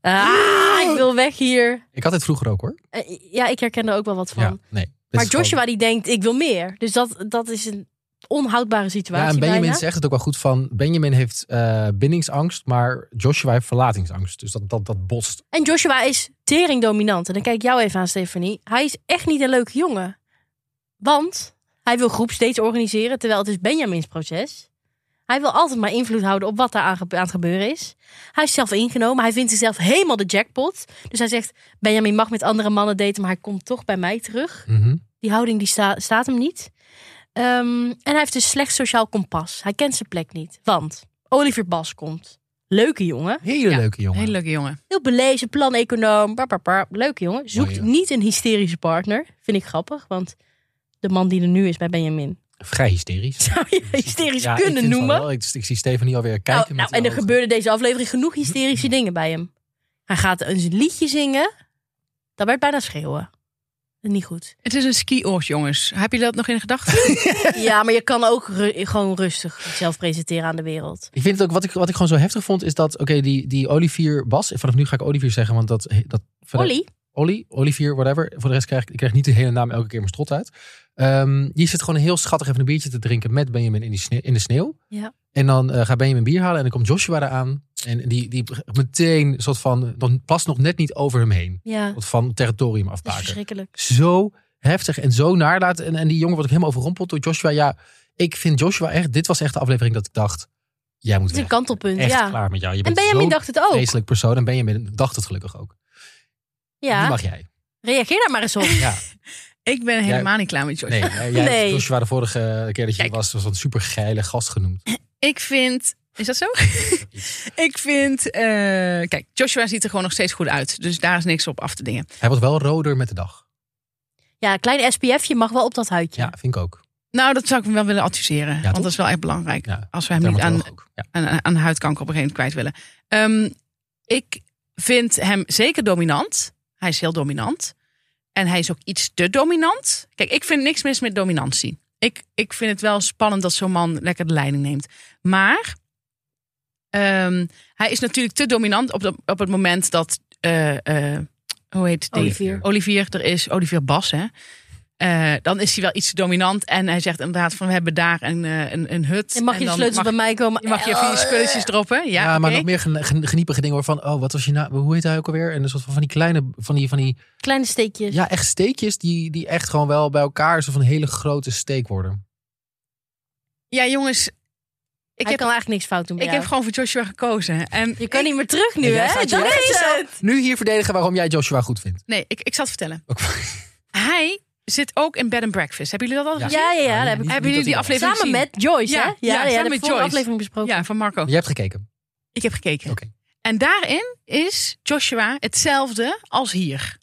Speaker 2: Ah, ik wil weg hier.
Speaker 1: Ik had dit vroeger ook hoor.
Speaker 2: Eh, ja, ik herken er ook wel wat van.
Speaker 1: Ja, nee. Dit
Speaker 2: maar
Speaker 1: is
Speaker 2: Joshua
Speaker 1: gewoon-
Speaker 2: die denkt, ik wil meer. Dus dat, dat is een onhoudbare situatie
Speaker 1: Ja, en Benjamin
Speaker 2: bijna.
Speaker 1: zegt het ook wel goed van... Benjamin heeft eh, bindingsangst, maar Joshua heeft verlatingsangst. Dus dat, dat, dat botst.
Speaker 2: En Joshua is tering dominant. En dan kijk ik jou even aan, Stefanie. Hij is echt niet een leuke jongen. Want hij wil groepsdates organiseren, terwijl het is Benjamins proces. Hij wil altijd maar invloed houden op wat daar aan, ge- aan het gebeuren is. Hij is zelf ingenomen. Hij vindt zichzelf helemaal de jackpot. Dus hij zegt, Benjamin mag met andere mannen daten, maar hij komt toch bij mij terug.
Speaker 1: Mhm.
Speaker 2: Die houding die sta- staat hem niet. Ehm, en hij heeft een slecht sociaal kompas. Hij kent zijn plek niet. Want Olivier Bas komt. Leuke jongen.
Speaker 1: Hele
Speaker 3: Ja,
Speaker 1: leuke jongen.
Speaker 3: Hele leuke jongen.
Speaker 2: Heel belezen, planeconoom. Bah, bah, bah. Leuke jongen. Zoekt
Speaker 1: Mooi, ja.
Speaker 2: niet een hysterische partner. Vind ik grappig. Want de man die er nu is bij Benjamin. (laughs)
Speaker 1: Vrij hysterisch.
Speaker 2: Zou je hysterisch
Speaker 1: Ja, ik vind
Speaker 2: kunnen
Speaker 1: het wel
Speaker 2: noemen?
Speaker 1: wel. Ik, ik zie Stephanie alweer kijken.
Speaker 2: Nou,
Speaker 1: met
Speaker 2: nou,
Speaker 1: die
Speaker 2: en er
Speaker 1: ogen. Mm-hmm.
Speaker 2: gebeurde deze aflevering genoeg hysterische dingen bij hem. Hij gaat een liedje zingen. Dat werd bijna schreeuwen. Niet goed.
Speaker 1: (laughs)
Speaker 3: Het is een skioord, jongens. Heb je dat nog in gedachten?
Speaker 2: Ja, maar je kan ook ru- gewoon rustig jezelf presenteren aan de wereld.
Speaker 1: Ik vind het ook, wat ik, wat ik gewoon zo heftig vond, is dat, oké, die, die Olivier Bas, en vanaf nu ga ik Olivier zeggen, want dat... dat verder-
Speaker 2: Olly,
Speaker 1: Olly, Olivier, whatever. Voor de rest krijg ik, ik krijg niet de hele naam elke keer mijn strot uit. Ehm, die zit gewoon heel schattig even een biertje te drinken met Benjamin in, die sneeuw, in de sneeuw.
Speaker 2: Ja.
Speaker 1: En dan eh, gaat Benjamin bier halen en dan komt Joshua eraan. En die, die meteen een soort van, dan past nog net niet over hem heen.
Speaker 2: ja, dat
Speaker 1: Wat van territorium
Speaker 2: is
Speaker 1: afpakken.
Speaker 2: verschrikkelijk.
Speaker 1: Zo heftig en zo naarlaat. En, en die jongen wordt ook helemaal overrompeld door Joshua. Ja, ik vind Joshua echt, dit was echt de aflevering dat ik dacht, jij moet
Speaker 2: Het is een
Speaker 1: weg.
Speaker 2: kantelpunt,
Speaker 1: Echt
Speaker 2: ja.
Speaker 1: klaar met jou. Je
Speaker 2: En
Speaker 1: bent
Speaker 2: Benjamin
Speaker 1: zo'n
Speaker 2: dacht het ook.
Speaker 1: vreselijk persoon. En Benjamin dacht het gelukkig ook. Die
Speaker 2: Ja,
Speaker 1: mag jij.
Speaker 2: reageer daar maar eens op.
Speaker 1: Ja.
Speaker 3: ik ben helemaal niet klaar
Speaker 2: (laughs)
Speaker 3: met Joshua.
Speaker 1: Nee, jij- jij
Speaker 2: Nee.
Speaker 1: hebt Joshua de vorige keer dat je hier
Speaker 3: Kijk.
Speaker 1: was, was een super geile gast genoemd.
Speaker 3: Ik vind... Is dat zo? (laughs) ik vind... eh, kijk, Joshua ziet er gewoon nog steeds goed uit. Dus daar is niks op af te dingen.
Speaker 1: Hij wordt wel roder met de dag.
Speaker 2: Ja, een klein SPFje mag wel op dat huidje.
Speaker 1: Ja, vind ik ook.
Speaker 3: Nou, dat zou ik hem wel willen adviseren. want
Speaker 1: toch?
Speaker 3: dat is wel echt belangrijk.
Speaker 1: Ja,
Speaker 3: Als we hem niet aan,
Speaker 1: Dermatoloog ook. Ja.
Speaker 3: aan, aan huidkanker op een gegeven moment kwijt willen. Ehm, ik vind hem zeker dominant. Hij is heel dominant. En hij is ook iets te dominant. Kijk, ik vind niks mis met dominantie. Ik, ik vind het wel spannend dat zo'n man lekker de leiding neemt. Maar ehm, hij is natuurlijk te dominant op, de- op het moment dat. eh, eh, hoe heet die?
Speaker 2: Olivier.
Speaker 3: Olivier er is, Olivier Bas, hè. Eh, dan is hij wel iets te dominant. En hij zegt inderdaad van we hebben daar een, eh, een, een hut.
Speaker 2: En mag je de
Speaker 3: En dan
Speaker 2: sleutels
Speaker 3: mag-
Speaker 2: bij mij komen? Oh,
Speaker 3: je mag je even je
Speaker 2: eh.
Speaker 3: spulletjes droppen. Ja,
Speaker 1: Ja, maar
Speaker 3: oké.
Speaker 1: nog meer gen- gen- geniepige dingen hoor. Van, oh, wat was je naam? Hoe heet hij ook alweer? En een soort van, van die kleine, van die, van die
Speaker 2: Kleine steekjes.
Speaker 1: ja, echt steekjes die, die echt gewoon wel bij elkaar zo van een hele grote steek worden.
Speaker 3: Ja, jongens. Ik
Speaker 2: Hij
Speaker 3: heb,
Speaker 2: kan eigenlijk niks fout doen bij
Speaker 3: ik
Speaker 2: jou.
Speaker 3: heb gewoon voor Joshua gekozen. Ehm, En
Speaker 2: Je kan niet meer terug nu,
Speaker 1: En jij
Speaker 2: hè?
Speaker 1: gaat je
Speaker 2: Dat is het.
Speaker 1: Nu hier verdedigen waarom jij Joshua goed vindt.
Speaker 3: Nee, ik, ik zal het vertellen.
Speaker 1: Ook-
Speaker 3: Hij zit ook in bed and breakfast. Hebben jullie dat
Speaker 1: (laughs)
Speaker 3: al
Speaker 1: Ja. Nou,
Speaker 3: gezien?
Speaker 2: Oh, Ja, ja, ja. Dat heb
Speaker 1: Niet-
Speaker 2: ik
Speaker 1: niet
Speaker 3: Hebben jullie
Speaker 1: dat hij-
Speaker 3: die aflevering
Speaker 2: samen
Speaker 3: gezien?
Speaker 2: met Joyce,
Speaker 3: Ja,
Speaker 2: hè?
Speaker 3: ja,
Speaker 2: Ja, ja,
Speaker 3: samen
Speaker 2: dat heb
Speaker 3: met
Speaker 2: ik vorige
Speaker 3: Joyce.
Speaker 2: aflevering besproken.
Speaker 3: Ja, van Marco.
Speaker 1: Je hebt gekeken.
Speaker 3: Ik heb gekeken.
Speaker 1: Oké.
Speaker 3: En daarin is Joshua hetzelfde als hier.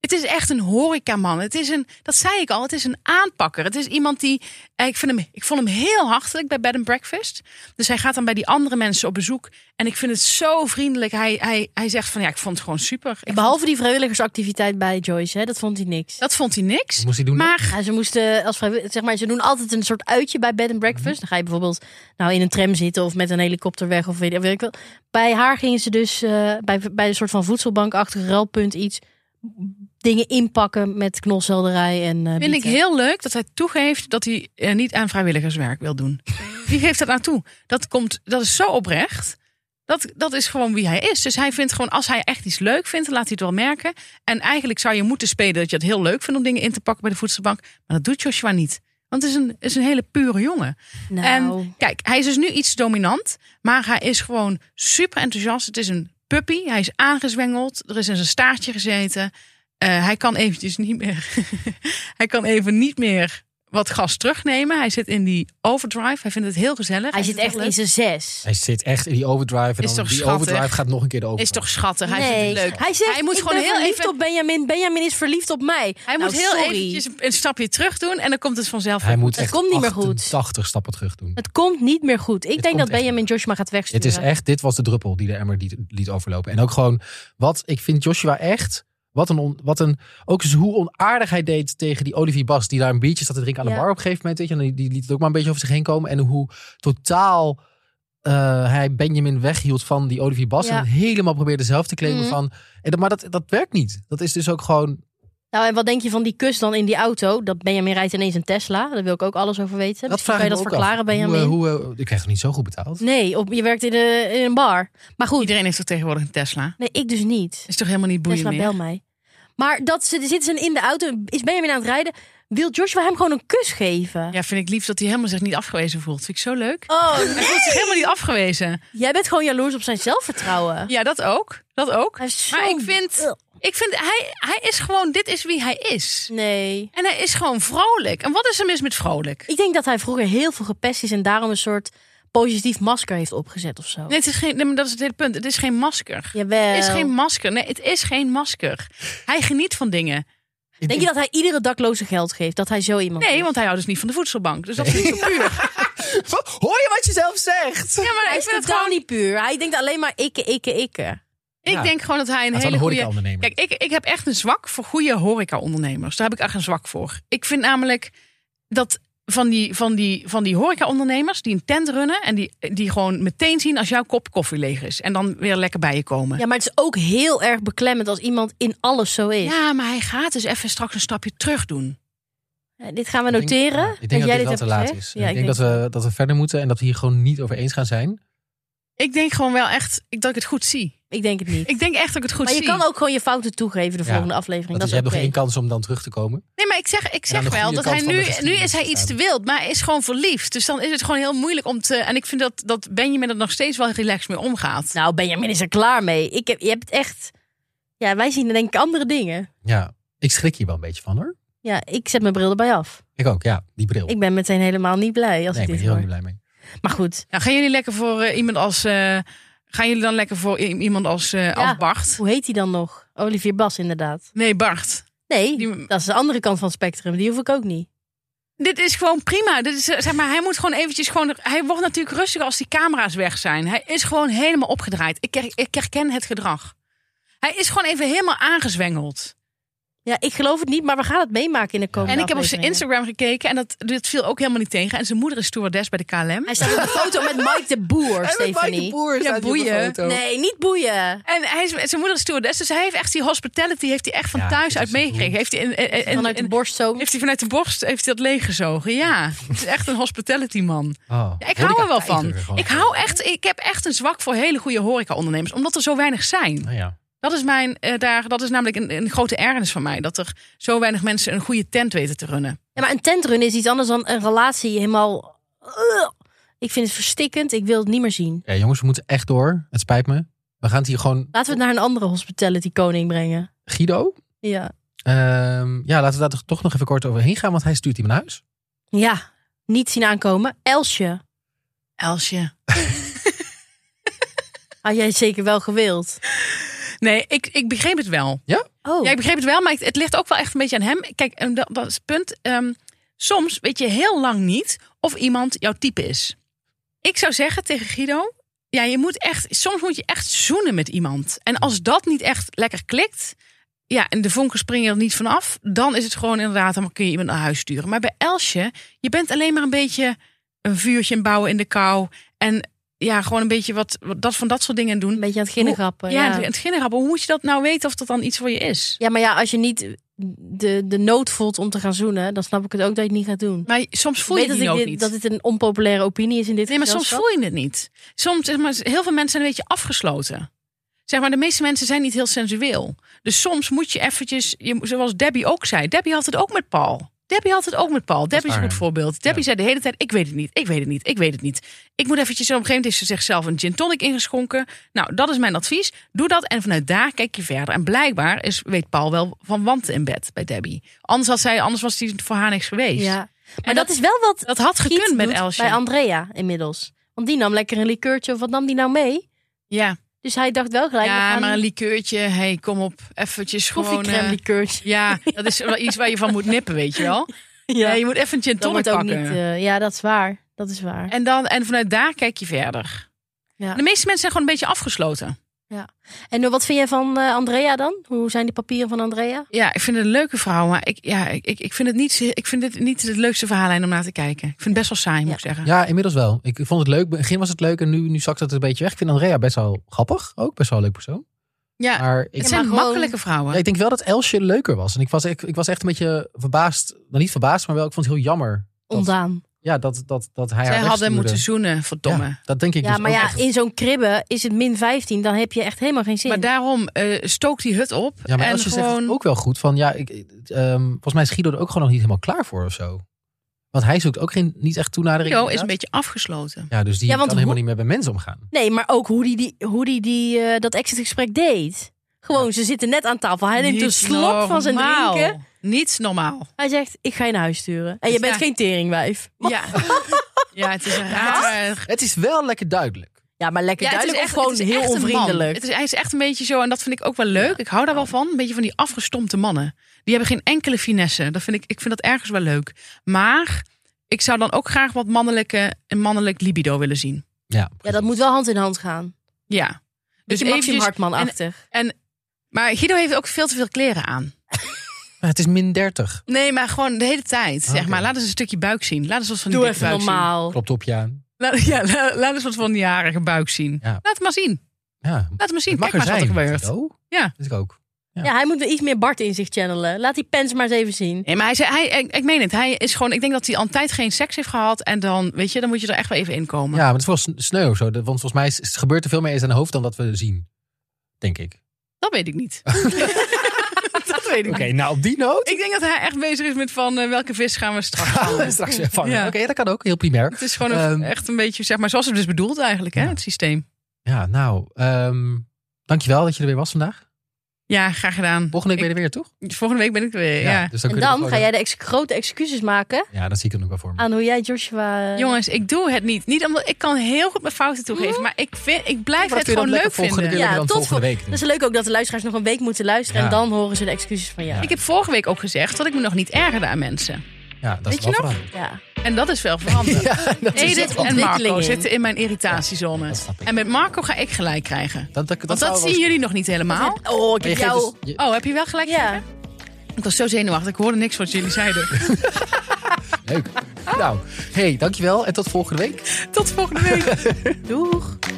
Speaker 3: Het is echt een horecaman. Het is een, dat zei ik al, het is een aanpakker. Het is iemand die, eh, ik, vind hem, ik vond hem heel hartelijk bij Bed and Breakfast. Dus hij gaat dan bij die andere mensen op bezoek. En ik vind het zo vriendelijk. Hij, hij, hij zegt van, ja, ik vond het gewoon super. Ik vond-
Speaker 2: Behalve die vrijwilligersactiviteit bij Joyce, hè? Dat vond hij niks.
Speaker 3: dat vond hij niks.
Speaker 1: Wat moest hij doen?
Speaker 3: Maar
Speaker 2: Ja, ze moesten als vrijwi- zeg maar, ze doen altijd een soort uitje bij bed and breakfast. Dan ga je bijvoorbeeld nou in een tram zitten of met een helikopter weg of weet, weet ik wel. Bij haar gingen ze dus eh, bij, bij een soort van voedselbankachtig ruilpunt iets dingen inpakken met knolselderij en. eh,
Speaker 3: vind ik
Speaker 2: bieten.
Speaker 3: heel leuk dat hij toegeeft dat hij eh, niet aan vrijwilligerswerk wil doen. Wie geeft dat nou toe? Dat, komt, dat is zo oprecht. Dat, dat is gewoon wie hij is. Dus hij vindt gewoon, als hij echt iets leuk vindt, dan laat hij het wel merken. En eigenlijk zou je moeten spelen dat je het heel leuk vindt om dingen in te pakken bij de voedselbank. Maar dat doet Joshua niet. Want het is een, is een hele pure jongen.
Speaker 2: Nou,
Speaker 3: En kijk, hij is dus nu iets dominant, maar hij is gewoon super enthousiast. Het is een puppy, hij is aangezwengeld, er is in zijn staartje gezeten. Eh, hij kan eventjes niet meer. (laughs) hij kan even niet meer wat gas terugnemen. Hij zit in die overdrive. Hij vindt het heel gezellig.
Speaker 2: hij zit
Speaker 3: vindt
Speaker 2: echt
Speaker 3: het
Speaker 2: in
Speaker 3: heel
Speaker 2: zijn zes.
Speaker 1: Hij zit echt in die overdrive. En dan
Speaker 3: Is toch
Speaker 1: die
Speaker 3: schattig?
Speaker 1: overdrive gaat nog een keer de
Speaker 3: leuk.
Speaker 1: overdrive.
Speaker 3: Is toch schattig? Hij
Speaker 2: nee.
Speaker 3: vindt het leuk.
Speaker 2: Hij zegt,
Speaker 3: Hij moet
Speaker 2: ik
Speaker 3: gewoon
Speaker 2: ben
Speaker 3: heel
Speaker 2: verliefd
Speaker 3: even-
Speaker 2: op Benjamin. Benjamin is verliefd op mij.
Speaker 3: Hij
Speaker 2: Nou,
Speaker 3: moet heel
Speaker 2: sorry.
Speaker 3: eventjes een- een stapje terug doen en dan komt het vanzelf.
Speaker 1: Hij
Speaker 3: weer
Speaker 1: moet
Speaker 2: Het
Speaker 1: echt
Speaker 2: komt niet meer goed.
Speaker 1: 88 stappen terug doen.
Speaker 2: Het komt niet meer goed. Ik
Speaker 1: Het
Speaker 2: denk
Speaker 1: komt
Speaker 2: dat
Speaker 1: echt
Speaker 2: Benjamin Joshua gaat
Speaker 1: Het
Speaker 2: wegsturen.
Speaker 1: is echt, dit was de druppel die de emmer liet, liet overlopen. En ook gewoon, wat ik vind Joshua echt, wat een, on- wat een ook eens hoe onaardig hij deed tegen die Olivier Bas, die daar een biertje zat te drinken aan de
Speaker 2: Ja.
Speaker 1: bar op een gegeven moment. Weet je, en die, die liet het ook maar een beetje over zich heen komen. En hoe totaal eh, hij Benjamin weghield van die Olivier Bas
Speaker 2: Ja.
Speaker 1: en het helemaal probeerde zelf te claimen
Speaker 2: Mhm.
Speaker 1: van. En dat, maar dat, dat werkt niet. Dat is dus ook gewoon,
Speaker 2: Nou, en wat denk je van die kus dan in die auto? Dat Benjamin rijdt ineens een Tesla. Daar wil ik ook alles over weten.
Speaker 1: dat
Speaker 2: Misschien
Speaker 1: vraag
Speaker 2: dus kan
Speaker 1: ik
Speaker 2: je
Speaker 1: me
Speaker 2: dat
Speaker 1: ook af.
Speaker 2: verklaren,
Speaker 1: Hoe, eh,
Speaker 2: Benjamin.
Speaker 1: hoe, eh, ik krijg het niet zo goed betaald.
Speaker 2: Nee, op, je werkt in, de, in een bar. Maar goed,
Speaker 3: Iedereen heeft toch tegenwoordig een Tesla?
Speaker 2: nee, ik dus niet.
Speaker 3: Is toch helemaal niet boeiend
Speaker 2: Tesla,
Speaker 3: meer?
Speaker 2: bel mij. Maar dat ze, zitten ze in de auto, is Benjamin aan het rijden. Wil Joshua hem gewoon een kus geven?
Speaker 3: Ja, vind ik lief dat hij helemaal zich niet afgewezen voelt. Vind ik zo leuk.
Speaker 2: Oh,
Speaker 3: Hij voelt zich helemaal niet afgewezen.
Speaker 2: jij bent gewoon jaloers op zijn zelfvertrouwen.
Speaker 3: Ja, dat ook. Dat ook.
Speaker 2: Hij is zo...
Speaker 3: Maar ik vind, ik vind hij, hij is gewoon, dit is wie hij is.
Speaker 2: Nee.
Speaker 3: En hij is gewoon vrolijk. En wat is er mis met vrolijk?
Speaker 2: Ik denk dat hij vroeger heel veel gepest is en daarom een soort positief masker heeft opgezet of zo.
Speaker 3: Nee, het is geen, nee, maar dat is het hele punt. Het is geen masker.
Speaker 2: Jawel.
Speaker 3: Het is geen masker. Nee, het is geen masker. Hij geniet van dingen.
Speaker 2: Denk je dat hij iedere dakloze geld geeft? Dat hij zo iemand
Speaker 3: Nee,
Speaker 2: is?
Speaker 3: want hij houdt dus niet van de voedselbank. Dus dat is niet zo
Speaker 2: (laughs)
Speaker 3: puur.
Speaker 1: (laughs) Hoor je wat je zelf zegt?
Speaker 3: Ja, maar
Speaker 2: hij
Speaker 3: ik
Speaker 2: is
Speaker 3: vind het
Speaker 2: totaal
Speaker 3: gewoon...
Speaker 2: niet puur. Hij denkt alleen maar ikke, ikke, ikke.
Speaker 3: Ik
Speaker 1: Ja.
Speaker 3: denk gewoon dat hij een
Speaker 1: Dat is wel
Speaker 3: hele
Speaker 1: een
Speaker 3: goede...
Speaker 1: horecaondernemer.
Speaker 3: Kijk, ik, ik heb echt een zwak voor goede horeca-ondernemers. Daar heb ik echt een zwak voor. Ik vind namelijk dat van die, van die, van die horeca-ondernemers die een tent runnen... en die, die gewoon meteen zien als jouw kop koffie leeg is... en dan weer lekker bij je komen.
Speaker 2: Ja, maar het is ook heel erg beklemmend als iemand in alles zo is.
Speaker 3: Ja, maar hij gaat dus even straks een stapje terug doen.
Speaker 2: Ja, Dit gaan we
Speaker 1: Ik denk-
Speaker 2: noteren.
Speaker 1: ja, Ik denk dat,
Speaker 2: jij
Speaker 1: dit wel te
Speaker 2: hebt
Speaker 1: laat
Speaker 2: gezegd.
Speaker 1: is.
Speaker 2: Ja,
Speaker 1: ik, denk, dat, we, dat we verder moeten en dat we hier gewoon niet over eens gaan zijn.
Speaker 3: Ik denk gewoon wel echt ik- dat ik het goed zie.
Speaker 2: ik denk het niet.
Speaker 3: Ik denk echt dat ik het goed
Speaker 2: maar je
Speaker 3: zie.
Speaker 2: kan ook gewoon je fouten toegeven de
Speaker 1: Ja,
Speaker 2: volgende aflevering.
Speaker 1: Dat is,
Speaker 2: Dat
Speaker 1: dus
Speaker 2: is
Speaker 1: je hebt nog
Speaker 2: oké.
Speaker 1: één kans om dan terug te komen.
Speaker 3: Nee, maar ik zeg, ik
Speaker 1: aan de
Speaker 3: zeg wel
Speaker 1: goede
Speaker 3: dat
Speaker 1: kant
Speaker 3: hij
Speaker 1: van de
Speaker 3: nu, nu
Speaker 1: geschiedenis
Speaker 3: is hij iets
Speaker 1: staan.
Speaker 3: te wild, maar hij is gewoon verliefd. Dus dan is het gewoon heel moeilijk om te. En ik vind dat, dat Benjamin er nog steeds wel relaxed mee omgaat.
Speaker 2: Nou, Benjamin is er klaar mee. Ik heb, je hebt het echt... Ja, wij zien denk ik andere dingen.
Speaker 1: Ja, ik schrik hier wel een beetje van hoor.
Speaker 2: Ja, ik zet mijn bril erbij af.
Speaker 1: Ik ook, ja, die bril.
Speaker 2: Ik ben meteen helemaal niet blij als
Speaker 1: nee, ben
Speaker 2: ik dit
Speaker 1: hier ook
Speaker 2: hoor.
Speaker 1: niet blij mee.
Speaker 2: Maar goed,
Speaker 3: Nou, gaan jullie lekker voor eh, iemand als. eh, gaan jullie dan lekker voor i- iemand als, eh, als Bart?
Speaker 2: hoe heet hij dan nog? Olivier Bas inderdaad.
Speaker 3: Nee, Bart.
Speaker 2: Nee,
Speaker 3: Die-
Speaker 2: dat is de andere kant van het spectrum. Die hoef ik ook niet.
Speaker 3: Dit is gewoon prima. Dit is, eh, zeg maar, hij moet gewoon eventjes gewoon. Hij wordt natuurlijk rustiger als die camera's weg zijn. Hij is gewoon helemaal opgedraaid. Ik, her- ik herken het gedrag. Hij is gewoon even helemaal aangezwengeld.
Speaker 2: Ja, ik geloof het niet, maar we gaan het meemaken in de komende
Speaker 3: En ik heb op zijn
Speaker 2: afleveringen.
Speaker 3: Instagram gekeken en dat, dat viel ook helemaal niet tegen. En zijn moeder is stewardess bij de KLM.
Speaker 2: Hij staat op een foto met Mike de
Speaker 3: (laughs)
Speaker 2: Boer, Stephanie.
Speaker 1: Boer
Speaker 3: staat hier op de boeien. foto.
Speaker 2: Nee, niet boeien.
Speaker 3: En hij is, zijn moeder is stewardess, dus hij heeft echt die hospitality heeft hij echt van
Speaker 1: Ja, dit
Speaker 3: thuis
Speaker 1: is
Speaker 3: uit
Speaker 1: het doel.
Speaker 3: meegekregen. Heeft hij in, in- in-
Speaker 2: Vanuit de
Speaker 3: in-
Speaker 2: borst zo.
Speaker 3: heeft hij vanuit de borst heeft hij dat leeggezogen. Ja, het is echt een hospitality man.
Speaker 1: Oh,
Speaker 3: Ja, ik hou er wel van.
Speaker 1: horeca-tijger gewoon.
Speaker 3: Ik hou echt, ik heb echt een zwak voor hele goede horeca-ondernemers, omdat er zo weinig zijn.
Speaker 1: Nou ja.
Speaker 3: Dat is mijn, eh, daar, dat is namelijk een, een grote ergernis van mij, dat er zo weinig mensen een goede tent weten te runnen.
Speaker 2: Ja, maar een tentrun is iets anders dan een relatie helemaal... Ugh. Ik vind het verstikkend. Ik wil het niet meer zien.
Speaker 1: Ja, jongens, we moeten echt door. Het spijt me. We gaan het hier gewoon...
Speaker 2: Laten we het naar een andere hospitality koning brengen.
Speaker 1: Guido?
Speaker 2: Ja.
Speaker 1: Ehm, ja, laten we daar toch nog even kort overheen gaan, want hij stuurt hem naar huis.
Speaker 2: Ja, niet zien aankomen. Elsje,
Speaker 3: Elsje.
Speaker 2: had jij zeker wel gewild.
Speaker 3: Nee, ik, ik begreep het wel.
Speaker 2: Oh,
Speaker 3: Ja, ik begreep het wel, maar het, het ligt ook wel echt een beetje aan hem. Kijk, en dat, dat is het punt. Ehm, soms weet je heel lang niet of iemand jouw type is. Ik zou zeggen tegen Guido, ja, je moet echt, soms moet je echt zoenen met iemand. En als dat niet echt lekker klikt, ja, en de vonken springen er niet vanaf, dan is het gewoon inderdaad, dan kun je iemand naar huis sturen. Maar bij Elsje, je bent alleen maar een beetje een vuurtje in bouwen in de kou. En ja, gewoon een beetje wat, wat dat, van dat soort dingen doen.
Speaker 2: een beetje aan het ginnegappen.
Speaker 3: Ja,
Speaker 2: Ja,
Speaker 3: het ginnegrappen. Hoe moet je dat nou weten of dat dan iets voor je is?
Speaker 2: ja, maar ja, als je niet de, de nood voelt om te gaan zoenen... dan snap ik het ook dat je het niet gaat doen.
Speaker 3: Maar soms voel
Speaker 2: Ik
Speaker 3: je
Speaker 2: weet
Speaker 3: die
Speaker 2: dat, ik
Speaker 3: nood
Speaker 2: dit-
Speaker 3: niet.
Speaker 2: dat dit een onpopulaire opinie is in dit
Speaker 3: nee, maar soms
Speaker 2: gezelschap.
Speaker 3: voel je het niet. Soms, zeg maar, heel veel mensen zijn een beetje afgesloten. Zeg maar, de meeste mensen zijn niet heel sensueel. Dus soms moet je eventjes, je, zoals Debbie ook zei. Debbie had het ook met Paul. Debbie had het ook met Paul. Debbie is een
Speaker 1: waar,
Speaker 3: goed
Speaker 1: ja.
Speaker 3: voorbeeld. Debbie zei de hele tijd, ik weet het niet, ik weet het niet, ik weet het niet. Ik moet eventjes, op een gegeven moment is ze zichzelf een gin tonic ingeschonken. Nou, dat is mijn advies. Doe dat en vanuit daar kijk je verder. En blijkbaar is, weet Paul wel van wanten in bed bij Debbie. Anders, had zij, anders was die voor haar niks geweest.
Speaker 2: Ja. Maar dat,
Speaker 3: dat-
Speaker 2: is wel wat
Speaker 3: Dat had
Speaker 2: Giet
Speaker 3: gekund met
Speaker 2: doet
Speaker 3: Elsje.
Speaker 2: bij Andrea inmiddels. Want die nam lekker een likeurtje of wat nam die nou mee?
Speaker 3: ja,
Speaker 2: Dus hij dacht wel gelijk, we
Speaker 3: ja
Speaker 2: gaan
Speaker 3: maar een
Speaker 2: een
Speaker 3: likeurtje, hey, kom op, eventjes gewoon...
Speaker 2: koffiecrème
Speaker 3: eh,
Speaker 2: likeurtje. (laughs)
Speaker 3: ja, dat is wel iets waar je van moet nippen, weet je wel.
Speaker 2: Ja,
Speaker 3: Ja, je moet even een gin
Speaker 2: dat
Speaker 3: tonic
Speaker 2: wordt ook
Speaker 3: pakken.
Speaker 2: niet... eh, ja, dat is waar. Dat is waar.
Speaker 3: En, dan, en vanuit daar kijk je verder.
Speaker 2: Ja.
Speaker 3: De meeste mensen zijn gewoon een beetje afgesloten.
Speaker 2: En eh, wat vind jij van eh, Andrea dan? Hoe zijn die papieren van Andrea?
Speaker 3: Ja, ik vind het een leuke vrouw, maar ik, ja, ik, ik- ik vind het niet, ik vind het niet het leukste verhaallijn om naar te kijken. Ik vind het best wel saai, moet ik zeggen.
Speaker 1: Ja, inmiddels wel. Ik vond het leuk. Begin was het leuk en nu, nu zakt het een beetje weg. Ik vind Andrea best wel grappig. Ook best wel een leuk persoon.
Speaker 3: Ja,
Speaker 1: Maar ik,
Speaker 3: het zijn
Speaker 2: maar gewoon-
Speaker 3: makkelijke vrouwen.
Speaker 1: Ja, ik denk wel dat Elsje leuker was. En ik was, ik, ik was echt een beetje verbaasd. Nou, niet verbaasd, maar wel. Ik vond het heel jammer. Dat-
Speaker 2: Ondaan.
Speaker 1: Ja, dat, dat, dat hij haar
Speaker 3: Zij hadden
Speaker 1: wegstuurde.
Speaker 3: moeten zoenen, verdomme.
Speaker 1: Ja, dat denk ik
Speaker 2: Ja,
Speaker 1: dus
Speaker 2: maar
Speaker 1: ook
Speaker 2: ja,
Speaker 1: echt.
Speaker 2: in zo'n kribbe is het min 15. Dan heb je echt helemaal geen zin.
Speaker 3: Maar daarom, eh, stook die hut op.
Speaker 1: Ja, maar
Speaker 3: en
Speaker 1: Elsje zegt
Speaker 3: gewoon,
Speaker 1: het ook wel goed. Van, ja, ik, ik- ehm, volgens mij is Guido er ook gewoon nog niet helemaal klaar voor of zo. Want hij zoekt ook geen, niet echt toenadering.
Speaker 3: Guido is een
Speaker 1: inderdaad.
Speaker 3: beetje afgesloten.
Speaker 1: Ja, dus die
Speaker 2: Ja,
Speaker 1: kan
Speaker 2: want
Speaker 1: helemaal
Speaker 2: hoe-
Speaker 1: niet meer met mensen omgaan.
Speaker 2: Nee, maar ook hoe die, die, hoe die, die eh, dat exitgesprek deed. Gewoon, ze zitten net aan tafel. Hij neemt een
Speaker 3: Niet
Speaker 2: slok van zijn
Speaker 3: nou, normaal.
Speaker 2: drinken.
Speaker 3: Niet normaal.
Speaker 2: Hij zegt, ik ga je naar huis sturen. En je
Speaker 3: Dus Ja.
Speaker 2: bent geen teringwijf.
Speaker 3: Ja. ja, het is een raar...
Speaker 1: Het is wel lekker duidelijk.
Speaker 2: Ja, maar lekker
Speaker 3: Ja, het is
Speaker 2: duidelijk
Speaker 3: echt
Speaker 2: of gewoon
Speaker 3: het is
Speaker 2: heel
Speaker 3: echt een man.
Speaker 2: onvriendelijk.
Speaker 3: Het is, hij is echt een beetje zo, en dat vind ik ook wel leuk. Ik hou daar wel van. Een beetje van die afgestompte mannen. Die hebben geen enkele finesse. Dat vind ik, ik vind dat ergens wel leuk. Maar ik zou dan ook graag wat mannelijke, een mannelijk libido willen zien.
Speaker 1: Ja,
Speaker 2: Ja, dat moet wel hand in hand gaan.
Speaker 3: Ja.
Speaker 2: Dus
Speaker 3: Dus
Speaker 2: Maxim
Speaker 3: eventjes,
Speaker 2: Hartman-achtig.
Speaker 3: maar Guido heeft ook veel te veel kleren aan.
Speaker 1: Maar het is min 30.
Speaker 3: Nee, maar gewoon de hele tijd. Zeg
Speaker 1: Oké.
Speaker 3: maar, laat eens een stukje buik zien. Laat eens wat van die
Speaker 2: Doe
Speaker 3: dikke
Speaker 2: even
Speaker 3: buik
Speaker 2: normaal.
Speaker 1: Klopt op je aan.
Speaker 3: zien. Laat, ja, la- (laughs) laat eens wat van die jarige buik zien.
Speaker 1: Ja.
Speaker 3: Laat het maar zien.
Speaker 1: Ja,
Speaker 3: Laat het maar zien.
Speaker 1: het mag
Speaker 3: Kijk maar eens
Speaker 1: er
Speaker 3: wat er
Speaker 1: zijn.
Speaker 3: gebeurt.
Speaker 1: Guido.
Speaker 3: Ja.
Speaker 1: Vind ik ook. Ja.
Speaker 2: Ja, hij moet weer iets meer Bart in zich channelen. Laat die pens maar eens even zien.
Speaker 3: Nee, maar hij, zei, hij ik, ik meen het. Hij is gewoon, ik denk dat hij al een tijd geen seks heeft gehad. En dan, weet je, dan moet je er echt wel even in komen.
Speaker 1: Ja, maar het is wel sn- sneu of zo. De- Want volgens mij is- is- gebeurt er veel meer in zijn hoofd dan dat we zien. Denk ik.
Speaker 3: Dat weet ik
Speaker 1: (laughs)
Speaker 3: niet. (laughs) dat weet ik niet.
Speaker 1: nou op die noot. (laughs)
Speaker 3: Ik denk dat hij echt bezig is met van eh, welke vis gaan we straks
Speaker 1: (laughs)
Speaker 3: vangen.
Speaker 1: Straks weer vangen.
Speaker 3: Ja.
Speaker 1: Oké, dat kan ook. Heel primair.
Speaker 3: Het is gewoon een-
Speaker 1: Ehm.
Speaker 3: echt een beetje, zeg maar, zoals het dus bedoeld eigenlijk, hè,
Speaker 1: Ja.
Speaker 3: het systeem.
Speaker 1: Ja, nou. ehm dankjewel dat je er weer was vandaag.
Speaker 3: Ja, graag gedaan.
Speaker 1: Volgende week ben je er weer, toch?
Speaker 3: Volgende week ben ik er weer, ja.
Speaker 1: dus
Speaker 2: en
Speaker 1: kunnen we
Speaker 2: dan
Speaker 1: gewoon-
Speaker 2: ga jij de ex- grote excuses maken
Speaker 1: Ja, dat zie ik hem ook wel
Speaker 3: Ah,
Speaker 1: voor me.
Speaker 2: aan hoe jij Joshua... eh,
Speaker 3: Jongens, ik doe het niet. Niet omdat ik kan heel goed mijn fouten toegeven, maar ik, vind, ik blijf
Speaker 1: Maar
Speaker 3: het
Speaker 1: dat kun je dan
Speaker 3: gewoon leuk
Speaker 1: lekker volgende
Speaker 3: vinden. Dus-
Speaker 1: keer
Speaker 2: Ja,
Speaker 1: dan
Speaker 2: tot
Speaker 1: volgende
Speaker 2: vol-
Speaker 1: week dus. doen.
Speaker 2: Dat is leuk ook dat de luisteraars nog een week moeten luisteren. En
Speaker 1: Ja.
Speaker 2: dan horen ze de excuses van jou.
Speaker 3: Ik heb vorige week ook gezegd dat ik me nog niet ergerde aan mensen.
Speaker 1: Ja, dat
Speaker 3: Weet
Speaker 1: is
Speaker 3: je
Speaker 1: wel
Speaker 3: nog?
Speaker 1: veranderd.
Speaker 2: Ja.
Speaker 3: En dat is
Speaker 1: (laughs)
Speaker 3: wel veranderd.
Speaker 1: Ja, dat is
Speaker 3: Edith
Speaker 1: wel
Speaker 3: en
Speaker 1: veranderd.
Speaker 2: ontwikkeling
Speaker 3: Marco
Speaker 2: in.
Speaker 3: zitten in mijn irritatiezone.
Speaker 1: dat snap ik.
Speaker 3: en met Marco ga ik gelijk krijgen.
Speaker 1: Dat, dat,
Speaker 3: Want dat,
Speaker 1: zou wel
Speaker 3: zien
Speaker 1: eens-
Speaker 3: jullie nog niet helemaal.
Speaker 2: Oh, ik
Speaker 1: Maar je
Speaker 2: heb
Speaker 1: geeft
Speaker 2: jou...
Speaker 1: dus- je-
Speaker 3: Oh, heb je wel gelijk?
Speaker 2: Ja.
Speaker 3: gegeven? Ik was zo zenuwachtig. Ik hoorde niks wat jullie zeiden.
Speaker 1: (laughs)
Speaker 3: (laughs)
Speaker 1: Leuk. Nou, hey, dankjewel en tot volgende week.
Speaker 3: Tot volgende week.
Speaker 2: Doeg.